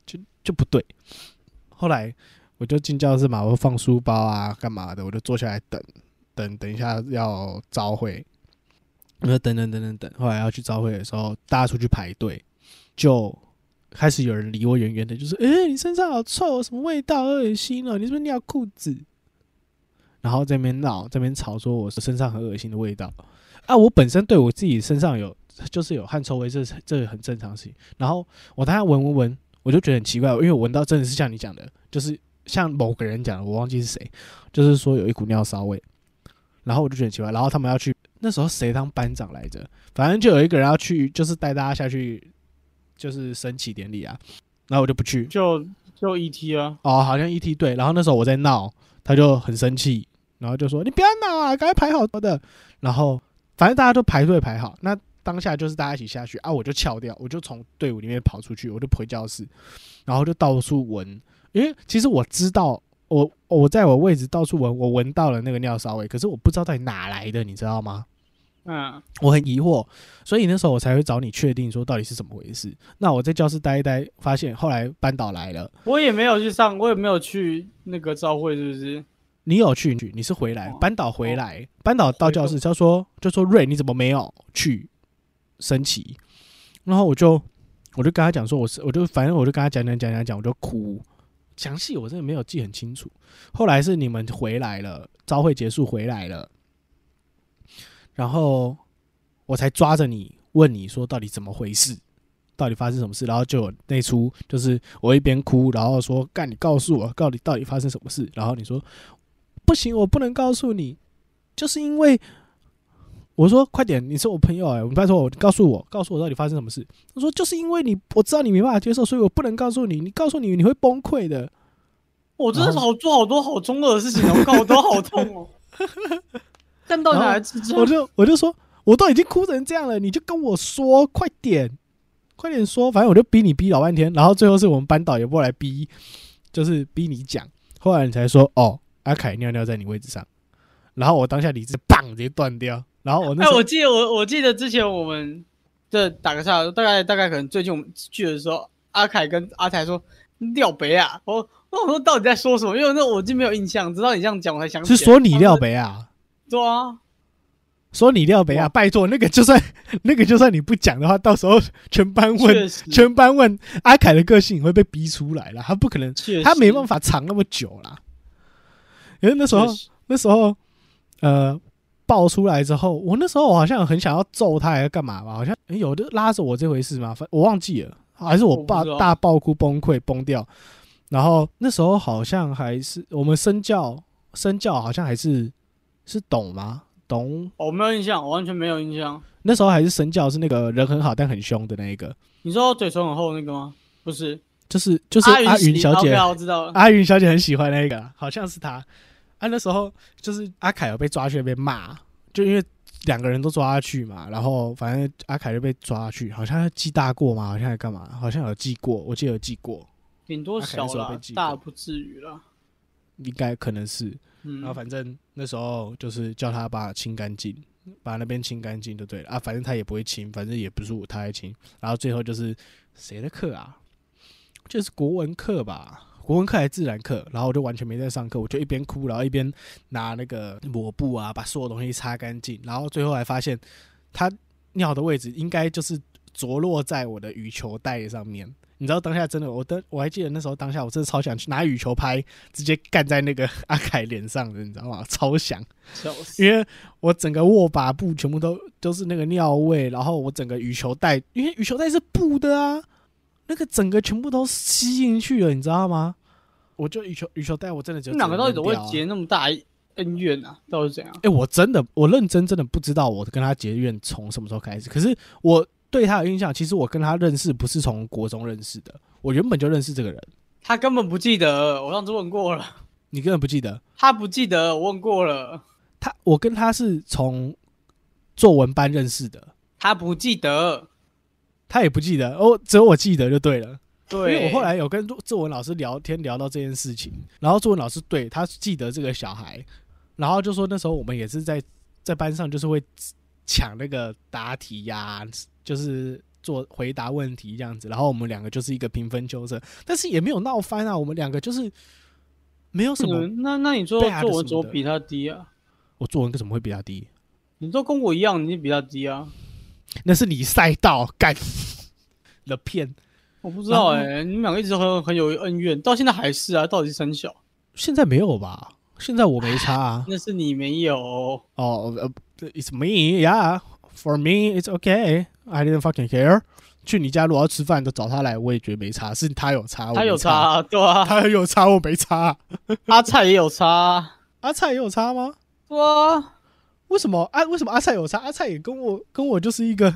Speaker 1: 就就不对。后来我就进教室嘛，我放书包啊，干嘛的，我就坐下来等，等等一下要招会，然后等等等等等，后来要去招会的时候，大家出去排队，就开始有人离我远远的，就是诶，你身上好臭，哦什么味道，好恶心哦，你是不是尿裤子？然后这边闹，这边吵，说我身上很恶心的味道啊！我本身对我自己身上有就是有汗臭味，这是这很正常的事情。然后我当下闻闻闻，我就觉得很奇怪，因为我闻到真的是像你讲的，就是像某个人讲的，我忘记是谁，就是说有一股尿骚味。然后我就觉得很奇怪，然后他们要去那时候谁当班长来着？反正就有一个人要去，就是带大家下去，就是升旗典礼啊。然后我就不去。
Speaker 2: 就就 ET 啊，
Speaker 1: 哦，好像 ET 队。然后那时候我在闹，他就很生气，然后就说：“你不要闹啊，赶快排好什么的。”然后反正大家都排队排好，那当下就是大家一起下去啊，我就翘掉，我就从队伍里面跑出去，我就回教室，然后就到处闻，因为其实我知道。我我在我位置到处闻，我闻到了那个尿骚味，可是我不知道到底哪来的，你知道吗？
Speaker 2: 嗯，
Speaker 1: 我很疑惑，所以那时候我才会找你确定说到底是怎么回事。那我在教室待一待，发现后来班导来了，
Speaker 2: 我也没有去上，我也没有去那个招会，是不是？
Speaker 1: 你有去，你是回来
Speaker 2: 哦，
Speaker 1: 班导回来，班导到教室，他说就说瑞你怎么没有去升旗？然后我就我就跟他讲说我是我就反正我就跟他讲讲讲讲讲，我就哭，详细我真的没有记很清楚。后来是你们回来了，招会结束回来了，然后我才抓着你问你说到底怎么回事。到底发生什么事？然后就有那出，就是我一边哭，然后说：“干，你告诉我，到底到底发生什么事？”然后你说：“不行，我不能告诉你，就是因为我说快点，你是我朋友哎、我拜托我告诉我，告诉我到底发生什么事。他说就是因为你，我知道你没办法接受，所以我不能告诉你，你告诉你你会崩溃的。
Speaker 2: 我真的是
Speaker 1: 然
Speaker 2: 好做好多好中二的事情哦，我靠，我头好痛 哦。哎但到底哪来智障
Speaker 1: 我？就我就说，我都已经哭成这样了，你就跟我说快点，快点说，反正我就逼你逼老半天，然后最后是我们班导也过来逼，就是逼你讲，后来你才说哦，阿凯尿尿在你位置上。然后我当下理智棒直接断掉，然后我那
Speaker 2: 哎、
Speaker 1: 时候、
Speaker 2: 我记得我我记得之前我们的打个岔，大概大概可能最近我们聚的时候，阿凯跟阿才说廖北啊，我我想说到底在说什么？因为那我已经没有印象，直到你这样讲我才想起
Speaker 1: 是
Speaker 2: 来。
Speaker 1: 说你廖北啊，
Speaker 2: 对啊，
Speaker 1: 说你廖北啊，
Speaker 2: 哇
Speaker 1: 拜托那个就算 那个就算你不讲的话，到时候全班问
Speaker 2: 确实，
Speaker 1: 全班问阿凯的个性你会被逼出来了，他不可能，
Speaker 2: 确实
Speaker 1: 他没办法藏那么久啦。因为那时候
Speaker 2: 确实
Speaker 1: 那时候呃爆出来之后，我那时候我好像很想要揍他，还是干嘛吧？好像诶有的拉着我这回事吗？反我忘记了，还是我
Speaker 2: 我不
Speaker 1: 爸
Speaker 2: 知道
Speaker 1: 大爆哭崩溃崩掉。然后那时候好像还是我们身教身教好像还是是懂吗？懂
Speaker 2: 我哦没有印象，我完全没有印象。
Speaker 1: 那时候还是身教是那个人很好但很凶的那一个，
Speaker 2: 你说嘴唇很厚那个吗？不是，
Speaker 1: 就是就是
Speaker 2: 阿
Speaker 1: 阿云
Speaker 2: 喜
Speaker 1: 小姐
Speaker 2: OK，啊我知道了。
Speaker 1: 阿云小姐很喜欢那个，好像是她。啊，那时候就是阿凯有被抓去被骂，就因为两个人都抓下去嘛，然后反正阿凯就被抓下去，好像记大过嘛，好像还干嘛，好像有记过，我记得有记过，
Speaker 2: 顶多小
Speaker 1: 阿凯那时候被
Speaker 2: 啦
Speaker 1: 记，过
Speaker 2: 大不至于啦。
Speaker 1: 应该可能是。
Speaker 2: 嗯
Speaker 1: 然后，反正那时候就是叫他把它清干净，把那边清干净就对了啊。反正他也不会清，反正也不是我他在清。然后最后就是谁的课啊？就是国文课吧，国文课还是自然课。然后我就完全没在上课，我就一边哭，然后一边拿那个抹布啊，把所有东西擦干净。然后最后还发现他尿的位置应该就是着落在我的羽球袋上面。你知道当下真的，我的我还记得那时候当下，我真的超想去拿羽球拍直接干在那个 阿凯脸上的，你知道吗？超想，
Speaker 2: 笑死。
Speaker 1: 因为我整个握把布全部都都是那个尿味，然后我整个羽球袋，因为羽球袋是布的啊，那个整个全部都吸进去了，你知道吗？我就羽球羽球袋，我真的就
Speaker 2: 这两个到底怎么
Speaker 1: 扔掉
Speaker 2: 会
Speaker 1: 啊
Speaker 2: 结那么大恩怨啊？到底是怎样？
Speaker 1: 哎、我真的，我认真真的不知道我跟他结怨从什么时候开始。可是我对他有印象，其实我跟他认识不是从国中认识的，我原本就认识这个人。
Speaker 2: 他根本不记得，我上次问过了，
Speaker 1: 你根本不记得
Speaker 2: 他不记得，我问过了，
Speaker 1: 他，我跟他是从作文班认识的，
Speaker 2: 他不记得。
Speaker 1: 他也不记得哦，只有我记得就对了。
Speaker 2: 对，
Speaker 1: 因为我后来有跟作文老师聊天，聊到这件事情，然后作文老师对他记得这个小孩，然后就说那时候我们也是在在班上就是会抢那个答题呀、就是做回答问题这样子，然后我们两个就是一个平分秋色，但是也没有闹翻啊，我们两个就是没有什么，
Speaker 2: 嗯那那你说
Speaker 1: 贝尔的
Speaker 2: 作文
Speaker 1: 什
Speaker 2: 怎
Speaker 1: 么
Speaker 2: 么
Speaker 1: 的
Speaker 2: 比他低啊？
Speaker 1: 我作文怎么会比他低？
Speaker 2: 你都跟我一样，你比他低啊？
Speaker 1: 那是你赛道干了骗。
Speaker 2: 我不知道
Speaker 1: 然
Speaker 2: 哎、
Speaker 1: 后
Speaker 2: 你们两个一直都很很有恩怨，到现在还是啊？到底是三小？
Speaker 1: 现在没有吧？现在我没差啊。
Speaker 2: 那是你没有，
Speaker 1: 哦、呃 i t s me, yeah. For me, it's okay. I didn't fucking care. 去你家如果要吃饭，就找他来，我也觉得没差。是他有差，我
Speaker 2: 他
Speaker 1: 没
Speaker 2: 有差、
Speaker 1: 差，
Speaker 2: 啊，对啊，
Speaker 1: 他有差，我没差。
Speaker 2: 阿菜也有差、啊，
Speaker 1: 阿菜也有差吗？
Speaker 2: 对啊，
Speaker 1: 为什么阿、为什么阿菜有差？阿菜也跟我跟我就是一个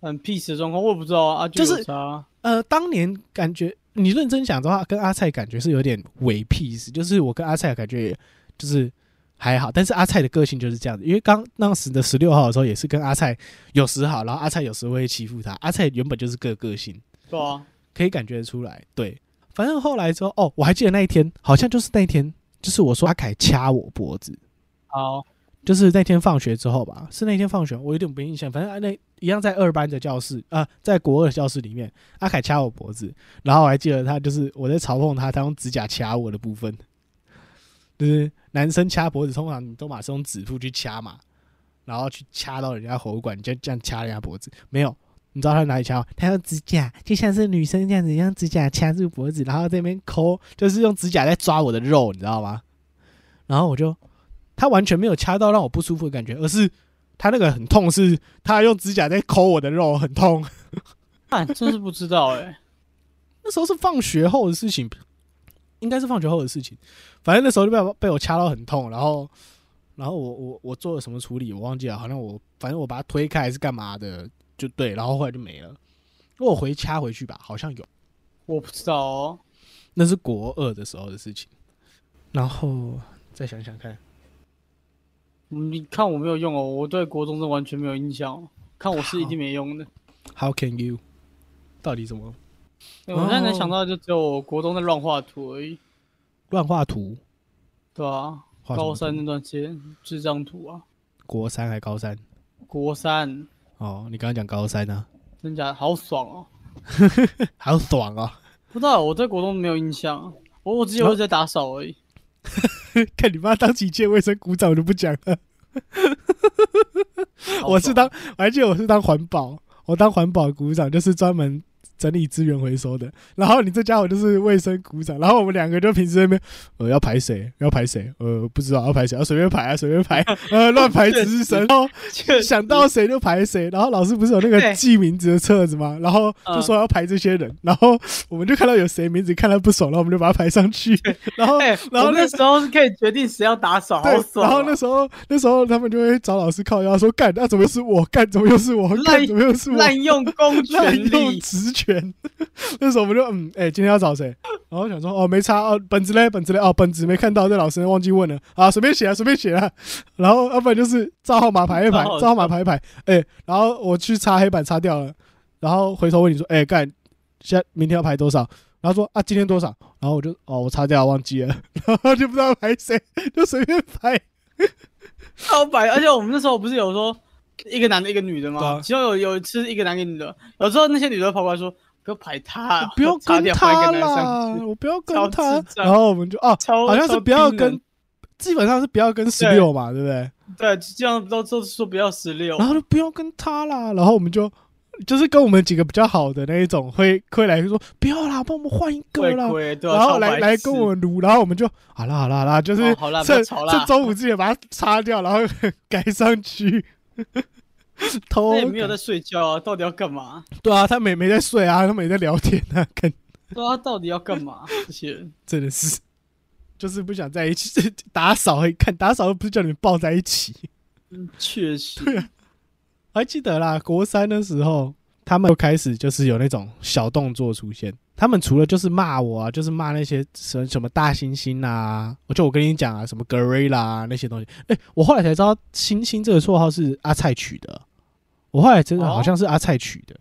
Speaker 2: 很 peace 的状况，我也不知道啊，
Speaker 1: 就
Speaker 2: 就是有差啊、
Speaker 1: 呃，当年感觉你认真想的话，跟阿菜感觉是有点伪 peace，就是我跟阿菜感觉就是还好，但是阿菜的个性就是这样子，因为刚当时的十六号的时候也是跟阿菜有时好，然后阿菜有时会欺负他，阿菜原本就是个个性。
Speaker 2: 对啊，
Speaker 1: 可以感觉得出来。对，反正后来之后，哦，我还记得那一天，好像就是那一天，就是我说阿凯掐我脖子，
Speaker 2: 好，
Speaker 1: 就是那天放学之后吧，是那天放学，我有点没印象。反正啊那一样在二班的教室啊、在国二的教室里面，阿凯掐我脖子，然后我还记得他就是我在嘲讽他，他用指甲掐我的部分， 就是男生掐脖子通常你都马上用指腹去掐嘛，然后去掐到人家喉管，你就这样掐人家脖子，没有。你知道他哪里掐吗？他用指甲，就像是女生这样子，用指甲掐住脖子，然后在那边抠，就是用指甲在抓我的肉，你知道吗？然后我就他完全没有掐到让我不舒服的感觉，而是他那个很痛，是他用指甲在抠我的肉，很痛。
Speaker 2: 啊，真是不知道哎、
Speaker 1: 那时候是放学后的事情，应该是放学后的事情。反正那时候就被我被我掐到很痛，然后然后我我我做了什么处理我忘记了，好像我反正我把它推开还是干嘛的，就对，然后后来就没了。如果我回掐回去吧，好像有。
Speaker 2: 我不知道哦，
Speaker 1: 那是国二的时候的事情。然后再想想看，
Speaker 2: 嗯你看我没有用哦，我对国中是完全没有印象哦、看我是一定没用的。
Speaker 1: How can you？到底怎么
Speaker 2: 对我现在能想
Speaker 1: 哦
Speaker 2: 到就只有我国中在乱画图而已，
Speaker 1: 乱画图？
Speaker 2: 对啊，
Speaker 1: 画什么
Speaker 2: 高
Speaker 1: 图
Speaker 2: 三那段时间智障图啊，
Speaker 1: 国三还高三？
Speaker 2: 国三
Speaker 1: 哦，你刚刚讲高三啊，
Speaker 2: 真假的好爽哦！
Speaker 1: 好爽哦！
Speaker 2: 不知道我对国中没有印象啊，我我只有在打扫而已。
Speaker 1: 看你妈当几届卫生股长我就不讲了，
Speaker 2: 好
Speaker 1: 我是
Speaker 2: 爽
Speaker 1: 当我还记得我是当环保，我当环保股长就是专门整理资源回收的。然后你这家伙就是卫生股长，然后我们两个就平时在那边呃要排谁要排谁呃不知道要排谁要随便排啊随便排呃乱 排值日生，然后
Speaker 2: 确实
Speaker 1: 想到谁就排谁。然后老师不是有那个
Speaker 2: 对
Speaker 1: 记名字的册子吗？然后就说要排这些人，然后我们就看到有谁名字看他不爽，然后我们就把他排上去。 然 后
Speaker 2: 哎，
Speaker 1: 然后
Speaker 2: 我
Speaker 1: 那
Speaker 2: 那时候是可以决定谁要打扫，好
Speaker 1: 对，
Speaker 2: 爽
Speaker 1: 然
Speaker 2: 啊。
Speaker 1: 后那时候那时候他们就会找老师靠腰说：“干，那、怎么又是我？干，怎么又是我？
Speaker 2: 滥
Speaker 1: 干，怎么又是我？
Speaker 2: 滥用公权
Speaker 1: 滥用
Speaker 2: 力，
Speaker 1: 职权。” 那时候我们就嗯，哎、今天要找谁？然后想说哦，没差哦，本子嘞，本子嘞，哦，本子没看到，这老师忘记问了啊，随便写啊，随便写啊。 然后要不然就是照号码排 一排，
Speaker 2: 照号
Speaker 1: 照号码排一排。哎、然后我去擦黑板擦掉了，然后回头问你说：“哎、干，现在明天要排多少？”然后说啊，今天多少？然后我就哦，我擦掉忘记了， 然后就不知道排谁， 就随便排。
Speaker 2: 超白。而且我们那时候不是有说一个男的，一个女的
Speaker 1: 对
Speaker 2: 吗
Speaker 1: 啊？
Speaker 2: 其中有有一次一个男一个女的，有时候那些女的跑过来说：“不要排他啊，
Speaker 1: 不要
Speaker 2: 擦
Speaker 1: 跟
Speaker 2: 掉换
Speaker 1: 他
Speaker 2: 一个男
Speaker 1: 啦
Speaker 2: 生。，
Speaker 1: 我不要跟
Speaker 2: 超
Speaker 1: 他
Speaker 2: 智。障
Speaker 1: 然后我们就哦，”
Speaker 2: 超
Speaker 1: 好像是
Speaker 2: 超
Speaker 1: 不要
Speaker 2: 冰冷
Speaker 1: 跟，基本上是不要跟十六嘛，对不对？
Speaker 2: 对，这样都都说不要十六
Speaker 1: 然，后就不要跟他啦，然后我们就就是跟我们几个比较好的那一种会会来说不要啦，帮我们换一个
Speaker 2: 会
Speaker 1: 啦。
Speaker 2: 亏，对啊，
Speaker 1: 然后
Speaker 2: 超
Speaker 1: 来
Speaker 2: 白
Speaker 1: 来
Speaker 2: 痴
Speaker 1: 跟我们撸，然后我们就好啦好啦好啦，就是
Speaker 2: 哦好啦不要
Speaker 1: 趁
Speaker 2: 吵啦
Speaker 1: 趁中午之前把它擦掉，然后 改上去。偷
Speaker 2: 那也没有在睡觉啊，到底要干嘛？
Speaker 1: 对啊，他没没在睡啊，他没在聊天啊，跟
Speaker 2: 对啊，到底要 干嘛？这些人
Speaker 1: 真的是，就是不想在一起 打扫。看打扫又不是叫你们抱在一起，
Speaker 2: 嗯确实，
Speaker 1: 啊还记得啦，国三的时候，他们又开始就是有那种小动作出现。他们除了就是骂我啊，就是骂那些什么什么大猩猩啊，我就我跟你讲啊，什么 gorilla 啊那些东西。哎、我后来才知道“猩猩”这个绰号是阿菜取的，我后来真的
Speaker 2: 哦
Speaker 1: 好像是阿菜取的。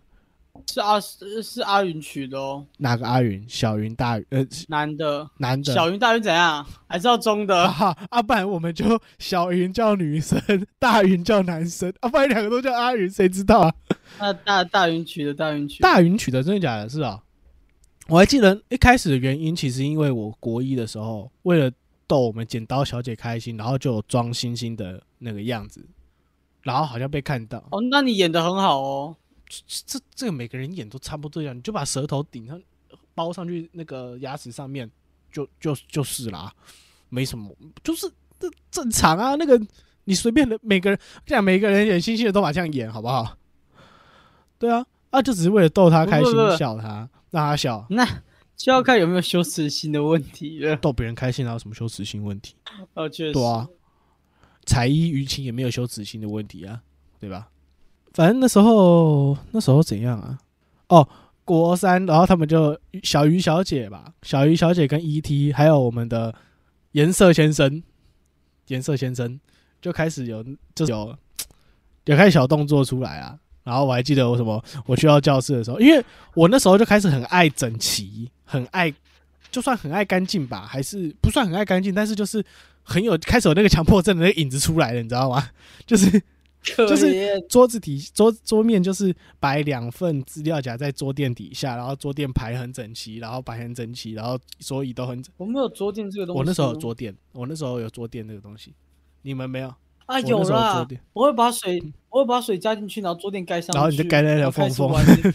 Speaker 2: 是阿是是阿云取的哦，
Speaker 1: 哪个阿云？小云、大云，呃，
Speaker 2: 男的，
Speaker 1: 男的。
Speaker 2: 小云大云怎样？还是要中的？
Speaker 1: 啊啊，不然我们就小云叫女生，大云叫男生，啊，不然两个都叫阿云，谁知道啊？
Speaker 2: 那大大云取的大云取的，
Speaker 1: 大云取的真的假的？是啊，我还记得一开始的原因，其实因为我国一的时候，为了逗我们剪刀小姐开心，然后就有装星星的那个样子，然后好像被看到。
Speaker 2: 哦，那你演的很好哦，
Speaker 1: 这这这个每个人演都差不多一样，你就把舌头顶上包上去那个牙齿上面，就就就是啦，没什么，就是这正常啊。那个你随便的每个人，我跟你讲每个人演星星的都把这样演，好不好？对啊，啊，就只是为了逗他开心
Speaker 2: 不不不，
Speaker 1: 笑他，让他笑，
Speaker 2: 就要看有没有羞耻心的问题了。
Speaker 1: 逗别人开心，哪有什么羞耻心问题？
Speaker 2: 哦，确实，
Speaker 1: 对啊，才艺舆情也没有羞耻心的问题啊，对吧？反正那时候那时候怎样啊？哦，国三，然后他们就小鱼小姐吧，小鱼小姐跟 ET，还有我们的颜色先生，颜色先生就开始有就是有有开始小动作出来啊。然后我还记得我什么，我去到教室的时候，因为我那时候就开始很爱整齐，很爱，就算很爱干净吧，还是不算很爱干净，但是就是很有开始有那个强迫症的那个影子出来了，你知道吗？ 就是
Speaker 2: 就是
Speaker 1: 桌子底桌桌面就是摆两份资料夹在桌垫底下，然后桌垫排很整齐，然后摆很整齐，然后桌椅都很整。
Speaker 2: 我没有桌垫这个东西，
Speaker 1: 我那时候有，桌垫，我那时候有桌垫这个东西，你们没有？
Speaker 2: 啊
Speaker 1: 我
Speaker 2: 有
Speaker 1: 那时候有桌
Speaker 2: 啦，
Speaker 1: 垫，
Speaker 2: 我会把水，我会把水加进去，然后桌垫盖上去，
Speaker 1: 然后你就盖在那
Speaker 2: 然
Speaker 1: 条
Speaker 2: 后开
Speaker 1: 缝
Speaker 2: 始
Speaker 1: 缝。
Speaker 2: 玩 你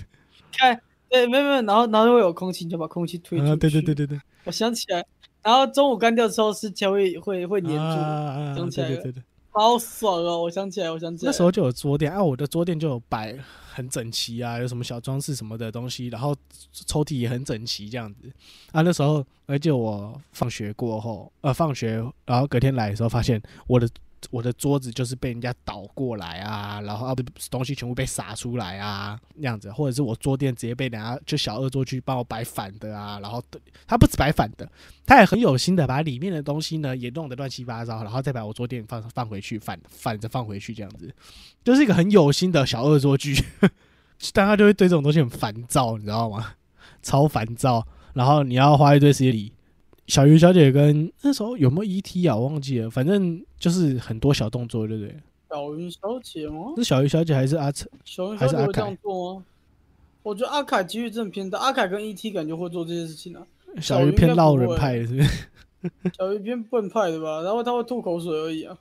Speaker 2: 看，对，没有没有，然后然后会有空气，你就把空气推出去。
Speaker 1: 啊，对对对，对对，
Speaker 2: 我想起来，然后中午干掉之后是才会会会粘住，
Speaker 1: 啊啊啊啊
Speaker 2: 想起来
Speaker 1: 对对
Speaker 2: 了
Speaker 1: 对对。
Speaker 2: 好爽哦！我想起来，我想起来，
Speaker 1: 那时候就有桌垫，啊，我的桌垫就有摆很整齐啊，有什么小装饰什么的东西，然后抽屉也很整齐这样子。啊，那时候而且我放学过后，呃，放学然后隔天来的时候，发现我的我的桌子就是被人家倒过来啊，然后啊不东西全部被洒出来啊，那样子，或者是我桌垫直接被人家就小恶作剧帮我摆反的啊，然后他不止摆反的，他也很有心的把里面的东西呢也弄得乱七八糟，然后再把我桌垫放放回去，反反着放回去这样子，就是一个很有心的小恶作剧， 但他就会对这种东西很烦躁，你知道吗？超烦躁，然后你要花一堆时间理小鱼小姐跟那时候有没有 ET 啊？我忘记了，反正就是很多小动作，对不对？
Speaker 2: 小云小姐吗？
Speaker 1: 是小鱼小姐还是阿成？
Speaker 2: 小云
Speaker 1: 还
Speaker 2: 小
Speaker 1: 是
Speaker 2: 姐
Speaker 1: 阿
Speaker 2: 会这
Speaker 1: 凯
Speaker 2: 样做吗？我觉得阿凯几率真的偏大，阿凯跟 ET 感觉会做这些事情啊。小
Speaker 1: 小鱼
Speaker 2: 鱼
Speaker 1: 偏
Speaker 2: 应该
Speaker 1: 闹
Speaker 2: 不
Speaker 1: 人
Speaker 2: 会
Speaker 1: 派的是不是？
Speaker 2: 小鱼偏笨派的吧，然后他会吐口水而已啊。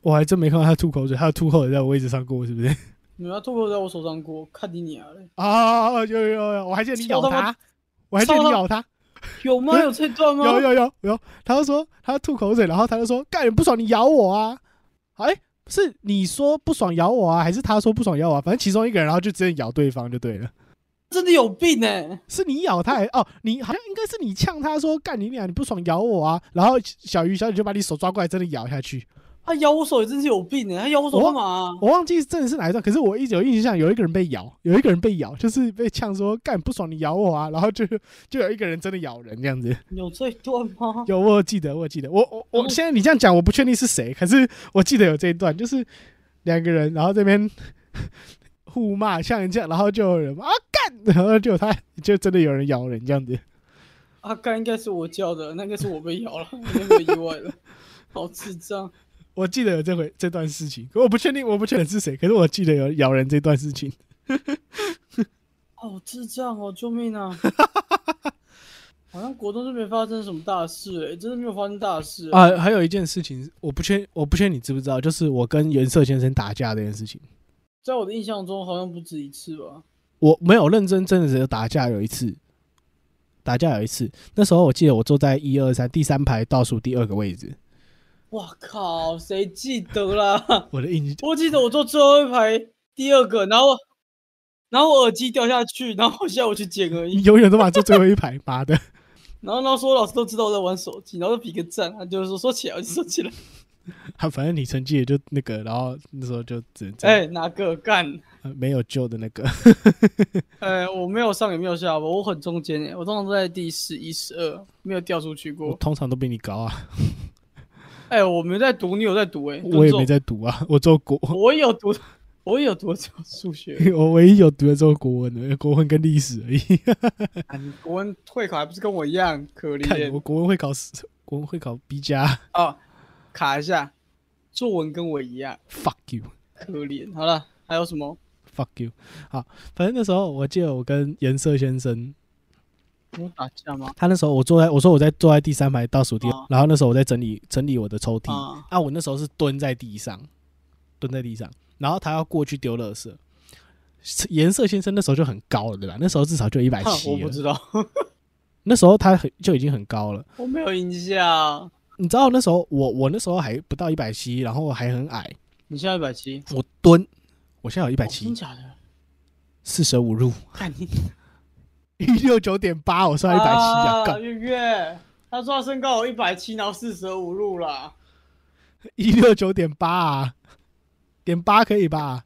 Speaker 1: 我还真没看到他吐口水，他有吐口水在我位置上过，是不是？
Speaker 2: 你们要吐口水在我手上过，看你娘嘞！
Speaker 1: 啊，有有有有，我还记得你咬
Speaker 2: 超他
Speaker 1: 他，我还记得你
Speaker 2: 超他
Speaker 1: 咬他，
Speaker 2: 有吗？有这段吗？
Speaker 1: 有有有有，他就说他吐口水，然后他就说干你不爽你咬我啊，哎、是你说不爽咬我啊，还是他说不爽咬我、啊？反正其中一个人，然后就直接咬对方就对了。
Speaker 2: 真的有病哎、
Speaker 1: 是你咬他还哦，你好像应该是你呛他说干你俩你不爽咬我啊，然后小鱼小姐就把你手抓过来真的咬下去。
Speaker 2: 他咬我手也真是有病哎、他咬我手干嘛啊、
Speaker 1: 我忘记真的是哪一段，可是我一直有印象，有一个人被咬，有一个人被咬，就是被呛说干不爽你咬我啊，然后就就有一个人真的咬人这样子。
Speaker 2: 有这段 吗？
Speaker 1: 有，我有记得，我有记得，我我我
Speaker 2: 哦
Speaker 1: 现在你这样讲，我不确定是谁，可是我记得有这一段，就是两个人，然后这边互骂，像一样，然后就有人啊干，然后就有他就真的有人咬人这样子。
Speaker 2: 阿甘啊应该是我叫的，那应该是我被咬了，应该没有意外 了。好智障！
Speaker 1: 我记得有这回这段事情，可我不确定，我不确定是谁，可是我记得有咬人这段事情。
Speaker 2: 好智障哦！救命 啊！好像国中就没发生什么大事哎、真的没有发生大事、欸
Speaker 1: 啊，还有一件事情，我不确我不确定你知不知道，就是我跟袁色先生打架这件事情。
Speaker 2: 在我的印象中好像不止一次吧。
Speaker 1: 我没有认真真的只有打架有一次，打架有一次，那时候我记得我坐在一二三第三排倒数第二个位置，
Speaker 2: 哇靠！谁记得啦？
Speaker 1: 我的印
Speaker 2: 我记得我坐最后一排第二个，然后然后我耳机掉下去， 然后下我去捡而已。
Speaker 1: 永远都把坐最后一排，妈的！
Speaker 2: 然后然后说老师都知道我在玩手机，然后就比个赞，他就是说说起来我就说 起来。
Speaker 1: 啊，反正你成绩也就那个，然后那时候就只能这样
Speaker 2: 哎、哪个干？
Speaker 1: 呃没有救的那个。
Speaker 2: 哎、我没有上也没有下吧，我很中间哎、我通常都在第十一、十二，没有掉出去
Speaker 1: 我
Speaker 2: 过。
Speaker 1: 通常都比你高啊，
Speaker 2: 哎、我没在读，你有在读哎、
Speaker 1: 我也
Speaker 2: 尊
Speaker 1: 没
Speaker 2: 重，
Speaker 1: 在读啊，我做国，
Speaker 2: 我也有读，我也有读数学。
Speaker 1: 我唯一有读的只有国文而已，国文跟历史而已。
Speaker 2: 啊你国文会考还不是跟我一样可
Speaker 1: 看我
Speaker 2: 怜
Speaker 1: 国文会考十，国文会考 B 加
Speaker 2: 哦？卡一下，作文跟我一样
Speaker 1: ，fuck you。
Speaker 2: 可怜。好了，还有什么？
Speaker 1: Fuck you！好，反正那时候我记得我跟颜色先生，
Speaker 2: 你有打架吗？
Speaker 1: 他那时候我坐在我说我在坐在第三排倒数第二
Speaker 2: 啊
Speaker 1: 然后那时候我在整理整理我的抽屉，
Speaker 2: 啊
Speaker 1: 啊，我那时候是蹲在地上，蹲在地上，然后他要过去丢垃圾。颜色先生那时候就很高了，对吧？那时候至少就一百
Speaker 2: 哼 我
Speaker 1: 七
Speaker 2: 不
Speaker 1: 了，
Speaker 2: 知道，
Speaker 1: 那时候他很就已经很高了。
Speaker 2: 我没有印象。
Speaker 1: 你知道那时候我我那时候还不到一百七，然后还很矮，
Speaker 2: 你现在一百七，哦
Speaker 1: 我蹲，我现在有一百
Speaker 2: 真
Speaker 1: 七，
Speaker 2: 假的？
Speaker 1: 四舍五入
Speaker 2: 看你
Speaker 1: 一六九点八，169.8我算一百七啊，干
Speaker 2: 月月，他说他身高有一百七，然后四舍五入啦。
Speaker 1: 一六九点八啊，点八可以吧？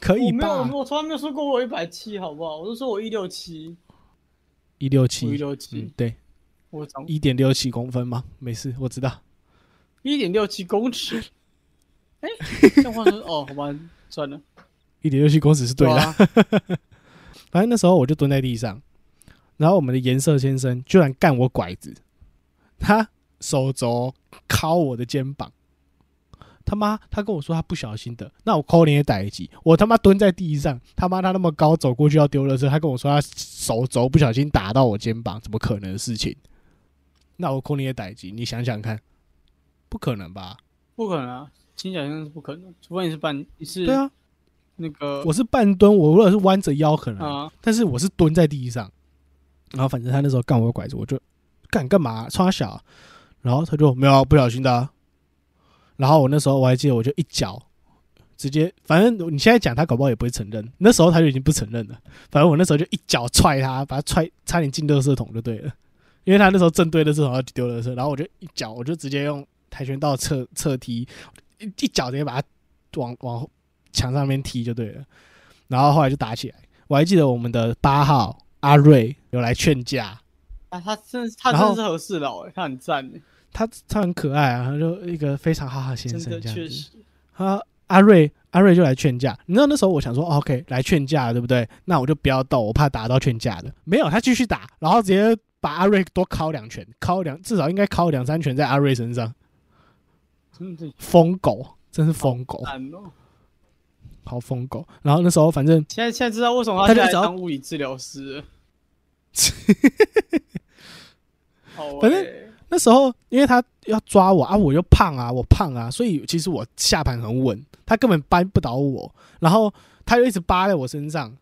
Speaker 1: 可
Speaker 2: 我
Speaker 1: 以
Speaker 2: 没有，我
Speaker 1: 吧
Speaker 2: 没？有我从来没有说过我一百七，好不好？我都说我一六七，
Speaker 1: 一六
Speaker 2: 我一
Speaker 1: 七，
Speaker 2: 六
Speaker 1: 嗯
Speaker 2: 七，，
Speaker 1: 对，
Speaker 2: 我长
Speaker 1: 一点六七公分吗？没事，我知道。
Speaker 2: 一点六七公尺。 哎、这样话说，哦，好吧，算了，
Speaker 1: 一点六七公尺是对的。
Speaker 2: 啊，
Speaker 1: 反正那时候我就蹲在地上，然后我们的颜色先生居然干我拐子，他手肘敲我的肩膀。他妈，他跟我说他不小心的，那我扣你也逮一记。我他妈蹲在地上，他妈他那么高走过去要丢垃圾，他跟我说他手肘不小心打到我肩膀，怎么可能的事情？那我扣你也逮一记，你想想看，不可能吧？
Speaker 2: 不可能啊，轻小先是不可能，除非你是半，你是
Speaker 1: 对啊，
Speaker 2: 那个
Speaker 1: 我是半蹲，我如果是弯着腰可能啊
Speaker 2: 啊，
Speaker 1: 但是我是蹲在地上，然后反正他那时候干我的拐子，我就干干嘛冲他小啊、然后他就没有啊不小心的啊、然后我那时候我还记得，我就一脚直接，反正你现在讲他搞不好也不会承认，那时候他就已经不承认了，反正我那时候就一脚踹他，把他踹差点进垃圾桶就对了，因为他那时候正对垃圾桶要丢垃圾，然后我就一脚，我就直接用跆拳道侧侧踢，一一脚直接把他往往墙上面踢就对了，然后后来就打起来。我还记得我们的八号阿瑞有来劝架，
Speaker 2: 啊，他真的是他
Speaker 1: 然
Speaker 2: 真
Speaker 1: 后
Speaker 2: 的是和事佬、哎，他很赞、哎，
Speaker 1: 他他很可爱啊，他就一个非常哈哈先
Speaker 2: 真
Speaker 1: 生
Speaker 2: 的
Speaker 1: 这样
Speaker 2: 确
Speaker 1: 子。
Speaker 2: 实，
Speaker 1: 他阿瑞阿瑞就来劝架，你知道那时候我想说哦，OK，来劝架了对不对？那我就不要斗，我怕打到劝架的。没有，他继续打，然后直接把阿瑞多敲两拳，敲两至少应该敲两三拳在阿瑞身上。
Speaker 2: 真的
Speaker 1: 疯狗，真是疯狗，
Speaker 2: 难哦。
Speaker 1: 好疯狗。然后那时候反正
Speaker 2: 现在现在知道为什么
Speaker 1: 他
Speaker 2: 他
Speaker 1: 就
Speaker 2: 现
Speaker 1: 一
Speaker 2: 在
Speaker 1: 直要
Speaker 2: 当物理治疗师了。好
Speaker 1: 反
Speaker 2: 欸
Speaker 1: 那时候因为他要抓我啊，我又胖啊，我胖啊，所以其实我下盘很稳，他根本扳不倒我。然后他就一直扒在我身上，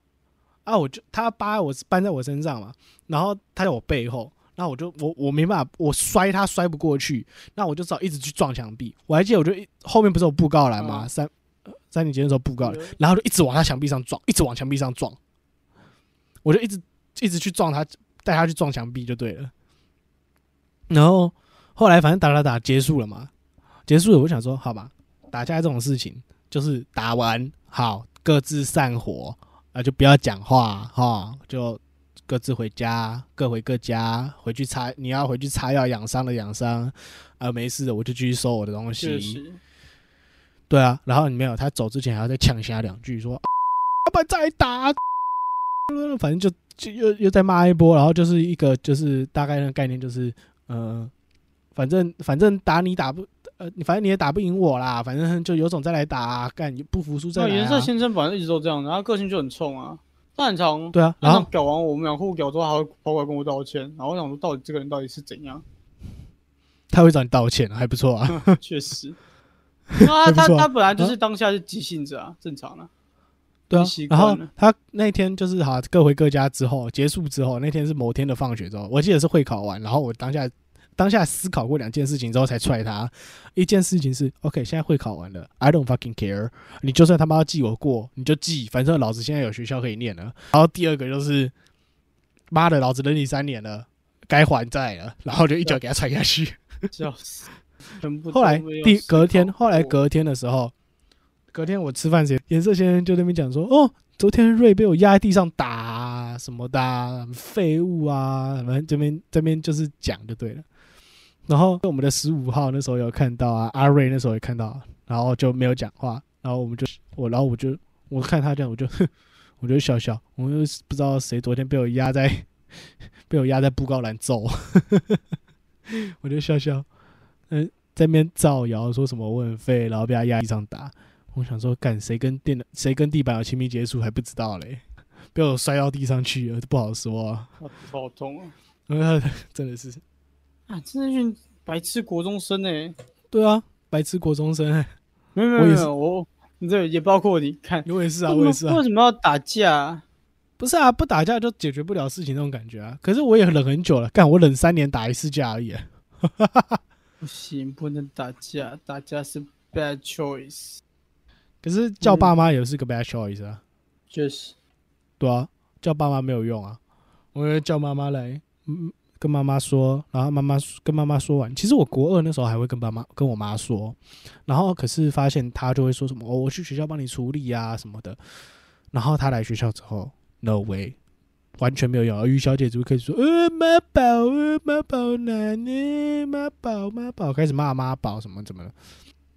Speaker 1: 啊，我就他扒在我扳在我身上嘛，然后他在我背后，然后我就我我没办法，我摔他摔不过去，那我就只好一直去撞墙壁。我还记得，我就一后面不是有布告栏吗？
Speaker 2: 嗯
Speaker 1: 三呃三年级的时候布告栏，然后就一直往他墙壁上撞，一直往墙壁上撞，我就一直一直去撞他，带他去撞墙壁就对了。然后后来反正打打打结束了嘛，结束了我想说好吧，打架这种事情就是打完好各自散伙啊，就不要讲话哈，就各自回家，各回各家，回去擦你要回去擦药养伤的养伤，啊没事的我就继续收我的东西，
Speaker 2: 确实，
Speaker 1: 对啊，然后你没有，他走之前还要再呛瞎两句， 说啊要不然再打， 反正就就又又再骂一波，然后就是一个就是大概那个概念就是，呃，反正反正打你打不呃，你反正你也打不赢我啦，反正就有种再来打、啊，干你不服输再
Speaker 2: 那
Speaker 1: 来、
Speaker 2: 颜色
Speaker 1: 啊。
Speaker 2: 先生本来一直都这样的，他个性就很冲啊，他很常
Speaker 1: 对啊，然
Speaker 2: 然后
Speaker 1: 后
Speaker 2: 搞完我们俩互搞之后，还会跑过来跟我道歉，然后我想说到底这个人到底是 怎样？
Speaker 1: 他会找你道歉，还不错啊。
Speaker 2: 确 实，那他
Speaker 1: 还不
Speaker 2: 他
Speaker 1: 错啊
Speaker 2: 他本来就是当下是急性子啊，正常啊。
Speaker 1: 对啊
Speaker 2: 习，
Speaker 1: 然后
Speaker 2: 惯了
Speaker 1: 他那天就是好各回各家之后，结束之后，那天是某天的放学之后，我记得是会考完，然后我当下当下思考过两件事情之后才踹他。一件事情是，OK，现在会考完了，I don't fucking care，你就算他妈要记我过，你就记，反正老子现在有学校可以念了。然后第二个就是，妈的，老子忍你三年了，该还债了，然后就一脚给他踹下去。
Speaker 2: 笑死，全部都
Speaker 1: 后来
Speaker 2: 没有
Speaker 1: 第
Speaker 2: 思
Speaker 1: 隔天，
Speaker 2: 考
Speaker 1: 后来
Speaker 2: 过
Speaker 1: 隔天的时候，隔天我吃饭时，颜色先生就在那边讲说：“哦，昨天瑞被我压在地上打、啊、什么的、啊，废物啊！”反正这边这边就是讲就对了。然后我们的十五号那时候有看到啊，阿瑞那时候也看到啊，然后就没有讲话，然后我们就我，然后我就我看他这样，我就我就笑笑，我又不知道谁昨天被我压在 被我 压在布告栏揍，我就笑笑，嗯、在那边造谣说什么我很废，然后被他压地上打。我想说，干谁跟电脑谁跟地板有亲密接触还不知道嘞，被我摔到地上去了，不好说、啊。
Speaker 2: 啊头好痛啊！
Speaker 1: 呃真的是，
Speaker 2: 啊，真的是白痴国中生哎、
Speaker 1: 对啊，白痴国中生、
Speaker 2: 没有没
Speaker 1: 我
Speaker 2: 有
Speaker 1: 也
Speaker 2: 没
Speaker 1: 是
Speaker 2: 有，我你这也包括你看，
Speaker 1: 我也是 啊，
Speaker 2: 为
Speaker 1: 我
Speaker 2: 什么
Speaker 1: 也是啊
Speaker 2: 为，什么要打架啊？
Speaker 1: 不是啊，不打架就解决不了事情那种感觉啊。可是我也忍很久了，干我忍三年打一次架而已、啊。
Speaker 2: 不行，不能打架，打架是 bad choice。
Speaker 1: 可是叫爸妈也是个 bad choice 啊，
Speaker 2: 确实，
Speaker 1: 对啊，叫爸妈没有用啊，我要叫妈妈来，嗯，跟妈妈说，然后妈妈跟妈妈说完。其实我国二那时候还会跟爸妈跟我妈说，然后可是发现她就会说什么哦，我去学校帮你处理啊什么的。然后她来学校之后，no way，完全没有用啊。于小姐只会开始说，呃，妈宝，呃，妈宝男呢，妈宝，妈宝，开始骂妈宝什么怎么的。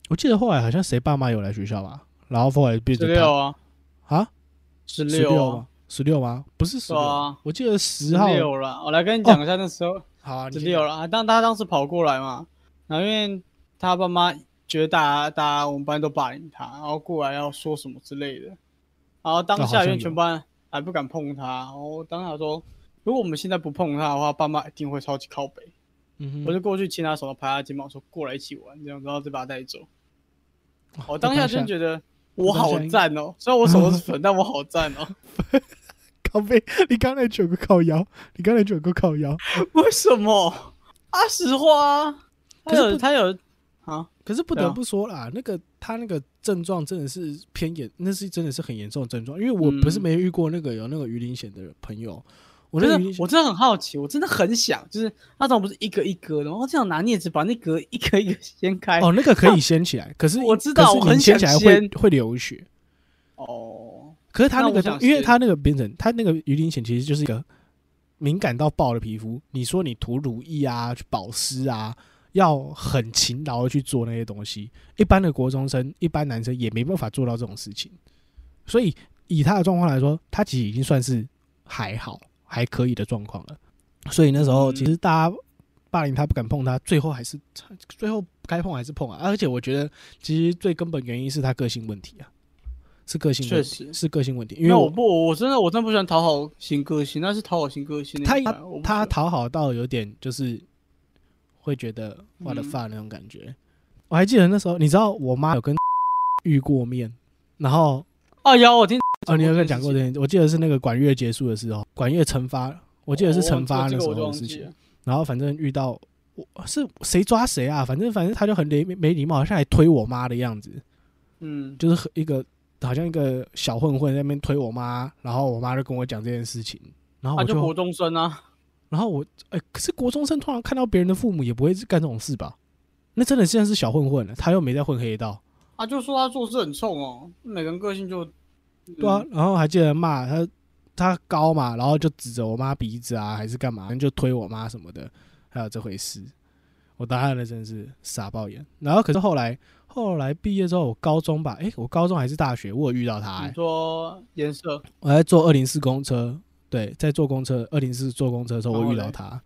Speaker 1: 我记得后来好像谁爸妈有来学校吧，然后后来变
Speaker 2: 十
Speaker 1: 成
Speaker 2: 六啊，
Speaker 1: 他啊。
Speaker 2: 十
Speaker 1: 十六
Speaker 2: 六
Speaker 1: 吗？十六吗？不是十
Speaker 2: 是
Speaker 1: 六、
Speaker 2: 啊，
Speaker 1: 我记得十
Speaker 2: 十
Speaker 1: 号。
Speaker 2: 六了。我来跟你讲一下那时候
Speaker 1: 好啊，你
Speaker 2: 十
Speaker 1: 先
Speaker 2: 六
Speaker 1: 讲。
Speaker 2: 了。啊当他当时跑过来嘛，然后因为他爸妈觉得大家大家我们班都霸凌他，然后过来要说什么之类的，然后当
Speaker 1: 哦好
Speaker 2: 下
Speaker 1: 像
Speaker 2: 因为
Speaker 1: 有
Speaker 2: 全班还不敢碰他，然后当下说，如果我们现在不碰他的话，爸妈一定会超级靠北。
Speaker 1: 嗯
Speaker 2: 我
Speaker 1: 哼，
Speaker 2: 就过去牵他手，拍他肩膀说：“过来一起玩，这样，然后再把他带走。”哦我
Speaker 1: 我
Speaker 2: 当下真觉得我好赞哦，虽然我手都是粉，但我好赞哦。
Speaker 1: 靠背，你刚才九个靠腰，你刚才九个靠腰。
Speaker 2: 为什么？啊，实话啊，他
Speaker 1: 可是
Speaker 2: 有
Speaker 1: 不
Speaker 2: 他有啊，
Speaker 1: 可是不
Speaker 2: 对
Speaker 1: 得
Speaker 2: 啊
Speaker 1: 不说啦，那个他那个症状真的是偏严，那是真的是很严重的症状，因为我不是
Speaker 2: 嗯
Speaker 1: 没遇过那个有那个鱼鳞癣的朋友，我那
Speaker 2: 真
Speaker 1: 个鱼
Speaker 2: 的
Speaker 1: 鳞癣
Speaker 2: 我真的很好奇，我真的很想，就是那种不是一格一格的吗，然后这样拿镊子把那格一格一格掀开。
Speaker 1: 哦，那个可以掀起来，可是
Speaker 2: 我知道
Speaker 1: 可是
Speaker 2: 我很
Speaker 1: 你掀起
Speaker 2: 想
Speaker 1: 来会
Speaker 2: 掀
Speaker 1: 会流血。
Speaker 2: 哦，
Speaker 1: 可是他
Speaker 2: 那
Speaker 1: 那
Speaker 2: 我
Speaker 1: 个
Speaker 2: 想
Speaker 1: 东，因为
Speaker 2: 掀
Speaker 1: 他那个变成他那个鱼鳞癣其实就是一个敏感到爆的皮肤。你说你涂乳液啊，去保湿啊，要很勤劳的去做那些东西。一般的国中生，一般男生也没办法做到这种事情。所以以他的状况来说，他其实已经算是还好、还可以的状况了。所以那时候
Speaker 2: 嗯
Speaker 1: 其实大家霸凌他不敢碰他，最后还是最后该碰还是碰啊。而且我觉得其实最根本原因是他个性问题啊，是个性问题
Speaker 2: 确实
Speaker 1: 是个性问题，因
Speaker 2: 因
Speaker 1: 为
Speaker 2: 为
Speaker 1: 我
Speaker 2: 我不，我真的我真的不喜欢讨好型个性，那是讨好型个性那
Speaker 1: 他
Speaker 2: 一块。我不喜
Speaker 1: 他
Speaker 2: 欢
Speaker 1: 讨好到有点就是会觉得我的
Speaker 2: 嗯
Speaker 1: fuck 那种感觉。我还记得那时候，你知道我妈有跟 遇过面，然后
Speaker 2: 啊有我听
Speaker 1: 哦，你有跟讲
Speaker 2: 讲过
Speaker 1: 过
Speaker 2: 这
Speaker 1: 这件事，我记得是那个管乐结束的时候，管乐惩罚，哦我记得是惩罚那
Speaker 2: 这个
Speaker 1: 时
Speaker 2: 我就
Speaker 1: 候
Speaker 2: 忘
Speaker 1: 的事
Speaker 2: 记
Speaker 1: 情
Speaker 2: 了。。
Speaker 1: 然后反正遇到我是谁抓谁啊，反正反正他就很没没礼貌，好像还推我妈的样子，
Speaker 2: 嗯，
Speaker 1: 就是很一个好像一个小混混在那边推我妈，然后我妈就跟我讲这件事情，然后
Speaker 2: 他
Speaker 1: 啊我
Speaker 2: 啊就国中生啊，
Speaker 1: 然后我哎、可是国中生通常看到别人的父母也不会干这种事吧？那真的现在是小混混了，他又没在混黑道，
Speaker 2: 他啊就说他做事很冲哦，每个人个性就嗯
Speaker 1: 对啊，然后还记得骂他，他高嘛，然后就指着我妈鼻子啊，还是干嘛，就推我妈什么的，还有这回事。我当然了，真的是傻爆眼。然后可是后来，后来毕业之后，我高中吧，诶，我高中还是大学，我有遇到他、
Speaker 2: 嗯你
Speaker 1: 诶
Speaker 2: 说颜色，
Speaker 1: 我在坐二零四公车，对，在坐公车二零四坐公车的时候，
Speaker 2: 然
Speaker 1: 我
Speaker 2: 后
Speaker 1: 遇到
Speaker 2: 嘞
Speaker 1: 他，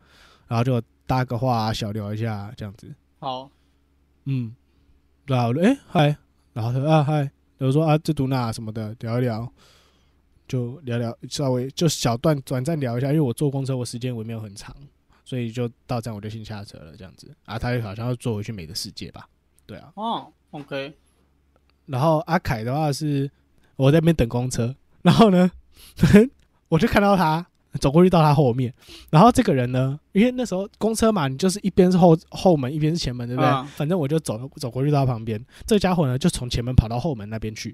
Speaker 1: 然后就搭个话、啊小聊一下这样子，
Speaker 2: 好，
Speaker 1: 嗯，对啊，我就哎、嗨，然后他说啊嗨，我说啊这读哪什么的聊一聊，就聊聊稍微就小段短暂聊一下，因为我坐公车我时间我也没有很长，所以就到站我就先下车了这样子啊，他就好像要坐回去美的世界吧，对啊，
Speaker 2: 哦，OK，
Speaker 1: 然后阿凯的话是我在那边等公车， 然后呢，我就看到他走过去到他后面，然后这个人呢，因为那时候公车嘛，你就是一边是后后门，一边是前门，对不对？
Speaker 2: 嗯
Speaker 1: 反正我就走走过去到他旁边，这家伙呢就从前门跑到后门那边去，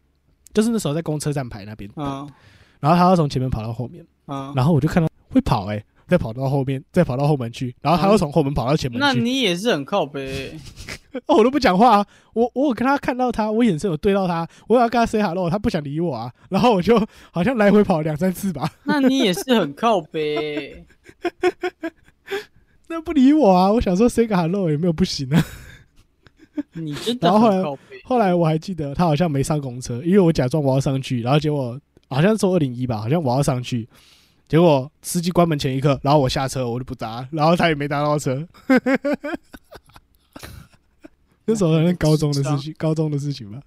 Speaker 1: 就是那时候在公车站牌那边，
Speaker 2: 嗯
Speaker 1: 然后他要从前面跑到后面，
Speaker 2: 嗯，
Speaker 1: 然后我就看到会跑哎、欸再跑到后面，再跑到后门去，然后他又从后门跑到前门
Speaker 2: 那
Speaker 1: 去。
Speaker 2: 你也是很靠北，
Speaker 1: 哦，我都不讲话、啊，我我有跟他看到他，我眼神有对到他，我有要跟他 say hello，他不想理我啊，然后我就好像来回跑两三次吧，
Speaker 2: 那你也是很靠北，
Speaker 1: 那不理我啊，我想说 say 个 hello 有没有不行啊？
Speaker 2: 你真的
Speaker 1: 然后后来
Speaker 2: 很靠北。
Speaker 1: 后来我还记得他好像没上公车，因为我假装我要上去，然后结果好像坐二零一吧，好像我要上去，结果司机关门前一刻，然后我下车我就不搭，然后他也没搭到车。 那时候好像高中的事情，高中的事情吧，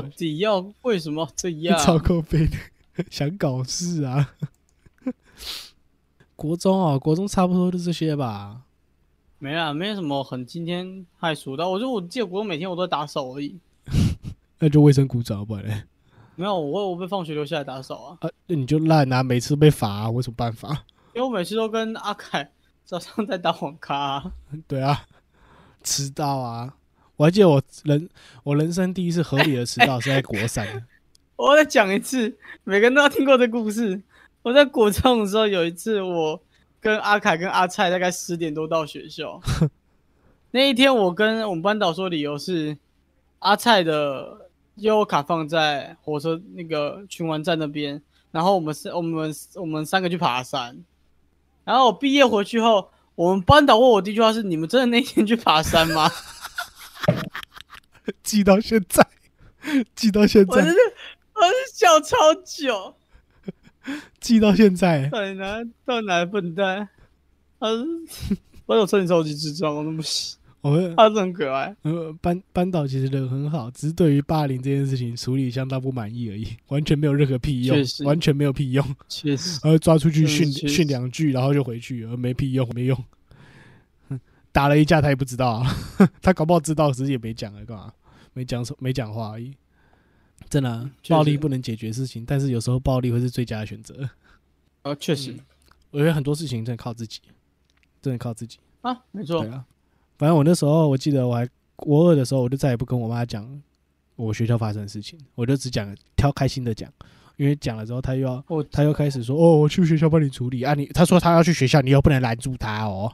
Speaker 1: 超
Speaker 2: 底要为什么 这样？
Speaker 1: 超够悲的， 想搞事啊！ 国中哦，国中差不多就这些吧。
Speaker 2: 没啦，没什么很惊天骇俗的。我就我记得国中每天我都在打扫而已，
Speaker 1: 那就卫生股长不然嘞
Speaker 2: 没有我我被放学留下来打扫啊，
Speaker 1: 啊，那你就烂啊，每次被罚、啊，我有什么办法？
Speaker 2: 因为我每次都跟阿凯 早上在打网咖、啊。
Speaker 1: 对啊，迟到啊！我还记得我人我人生第一次合理的迟 到是在国三，
Speaker 2: 我再讲一次，每个人都要听过这故事。我在国中的时候有一次，我跟阿凯跟阿蔡大概十点多到学 校。那一天，我跟我们班导说理由是阿蔡的悠游卡放在火车那个循环站那边，然后我们是我们我们三个去爬山。然后我毕业回去后，我们班导问我第一句话是：“你们真的那天去爬山吗？”
Speaker 1: 记到现在，记到现
Speaker 2: 我真
Speaker 1: 在，
Speaker 2: 的我是笑超久。
Speaker 1: 记到现在。
Speaker 2: 到底哪到底哪来笨蛋？他是我有说你超级智障，我都不行。
Speaker 1: 我们
Speaker 2: 他是很可爱，
Speaker 1: 呃班班导其实人很好，只是对于霸凌这件事情处理相当不满意而已，完全没有任何屁用
Speaker 2: 确，实
Speaker 1: 完全没有屁用。
Speaker 2: 确实。
Speaker 1: 然后抓出去
Speaker 2: 嗯
Speaker 1: 训
Speaker 2: 确实
Speaker 1: 训两句，然后就回去，而没屁用，没用。打了一架他也不知道、啊， 他搞不好知道，只是也没讲啊了，干嘛？没讲什没讲话而已。真的啊、
Speaker 2: 确实
Speaker 1: 暴力不能解决事情，但是有时候暴力会是最佳的选择。
Speaker 2: 呃，确实、
Speaker 1: 嗯我觉得很多事情真的靠自己，真的靠自己。
Speaker 2: 啊，没错
Speaker 1: 对。啊，反正我那时候我记得我还国二的时候，我就再也不跟我妈讲我学校发生的事情，我就只讲挑开心的讲，因为讲了之后她又要
Speaker 2: 我
Speaker 1: 他又开始说：“哦，我去学校帮你处理啊你！”他说他要去学校，你又不能拦住他哦。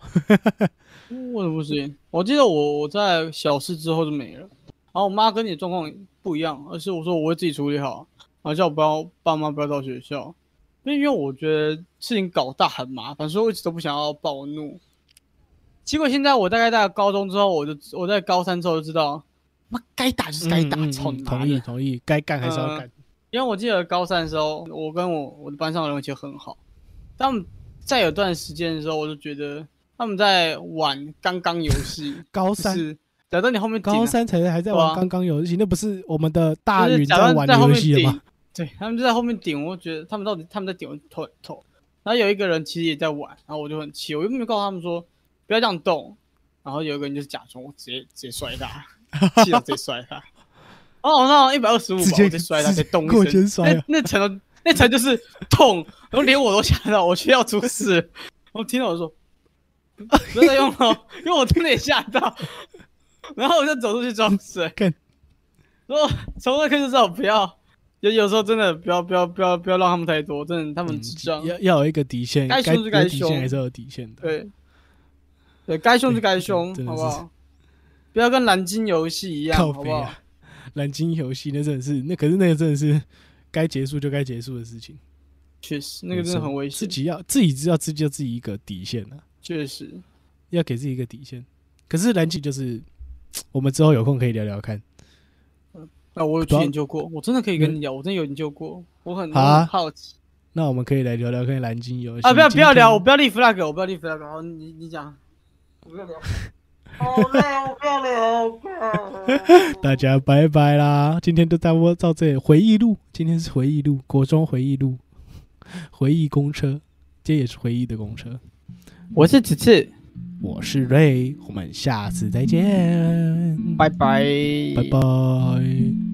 Speaker 2: 我怎么不行？我记得我我在小事之后就没了。然后我妈跟你的状况不一样，而是我说我会自己处理好，然后叫我不要爸妈不要到学校，因为因为我觉得事情搞大很麻烦，所以我一直都不想要暴怒。结果现在我大概到高中之后，我就我在高三之后就知道，妈该打就是 该打，
Speaker 1: 嗯嗯
Speaker 2: 操你
Speaker 1: 嗯
Speaker 2: 妈
Speaker 1: 同
Speaker 2: 的嗯
Speaker 1: 意！同意，该干还是要干。
Speaker 2: 因为我记得高三的时候，我跟我我的班上的人其实很好，但我们在有段时间的时候，我就觉得他们在玩刚刚游戏，
Speaker 1: 高
Speaker 2: 就
Speaker 1: 三
Speaker 2: 是假到你后面顶啊
Speaker 1: 高三才还在
Speaker 2: 对
Speaker 1: 玩
Speaker 2: 啊
Speaker 1: 刚刚游戏，那不是我们的大
Speaker 2: 就是
Speaker 1: 云
Speaker 2: 假装
Speaker 1: 玩
Speaker 2: 在后
Speaker 1: 游
Speaker 2: 面
Speaker 1: 戏了吗
Speaker 2: 顶？，对他们就在后面顶，我就觉得他们到底他们在顶我头头。然后有一个人其实也在玩，然后我就很气，我又没有告诉他们说不要这样动。然后有一个人就是假装，我直接直接摔他，气到直接摔他。 哦，那一百二十五吧，
Speaker 1: 直
Speaker 2: 我
Speaker 1: 接
Speaker 2: 直接摔他，
Speaker 1: 直
Speaker 2: 直
Speaker 1: 接
Speaker 2: 接动
Speaker 1: 过
Speaker 2: 一声。
Speaker 1: 肩摔啊！
Speaker 2: 那那层都那层就是痛，然后连我都吓到，我去要出事了。我听到我说不要再用了，因为我听了也吓到。然后我就走出去装死。
Speaker 1: 干
Speaker 2: 然后从那刻就知道不要，有有时候真的不要不要不要不要让他们太多，真的他们智障。
Speaker 1: 嗯要要有一个底线，该
Speaker 2: 该凶是该
Speaker 1: 有底线
Speaker 2: 凶
Speaker 1: 还是有底线的。
Speaker 2: 对，对该凶就该凶，
Speaker 1: 真的
Speaker 2: 好
Speaker 1: 是
Speaker 2: 不好？不要跟蓝鲸游戏一样，
Speaker 1: 靠
Speaker 2: 好
Speaker 1: 北
Speaker 2: 不好？
Speaker 1: 啊，蓝鲸游戏那真的是，那可是那个真的是该结束就该结束的事情。
Speaker 2: 确实，那个真的很危
Speaker 1: 自
Speaker 2: 险。
Speaker 1: 己要自己知道自己要自己一个底线啊，
Speaker 2: 确实，
Speaker 1: 要给自己一个底线。可是蓝鲸就是，我们之后有空可以聊聊看。
Speaker 2: 啊，我有去
Speaker 1: 主要
Speaker 2: 研究过，我真的可以
Speaker 1: 嗯
Speaker 2: 跟你讲，我真的有研究过，我很
Speaker 1: 好啊
Speaker 2: 我很好奇。
Speaker 1: 那我们可以来聊聊看蓝鲸游戏
Speaker 2: 啊，不要不要聊，我
Speaker 1: 今
Speaker 2: 不要立 flag，我不要立 flag。好，你你讲，我不要聊。好啊累，我不要聊，不要
Speaker 1: 天大家拜拜啦！今天就差不多到这里，回忆录，今天是回忆录，国中回忆录，回忆公车，这也是回忆的公车。
Speaker 2: 我是此次，
Speaker 1: 我是瑞，我们下次再见，
Speaker 2: 拜拜，
Speaker 1: 拜拜。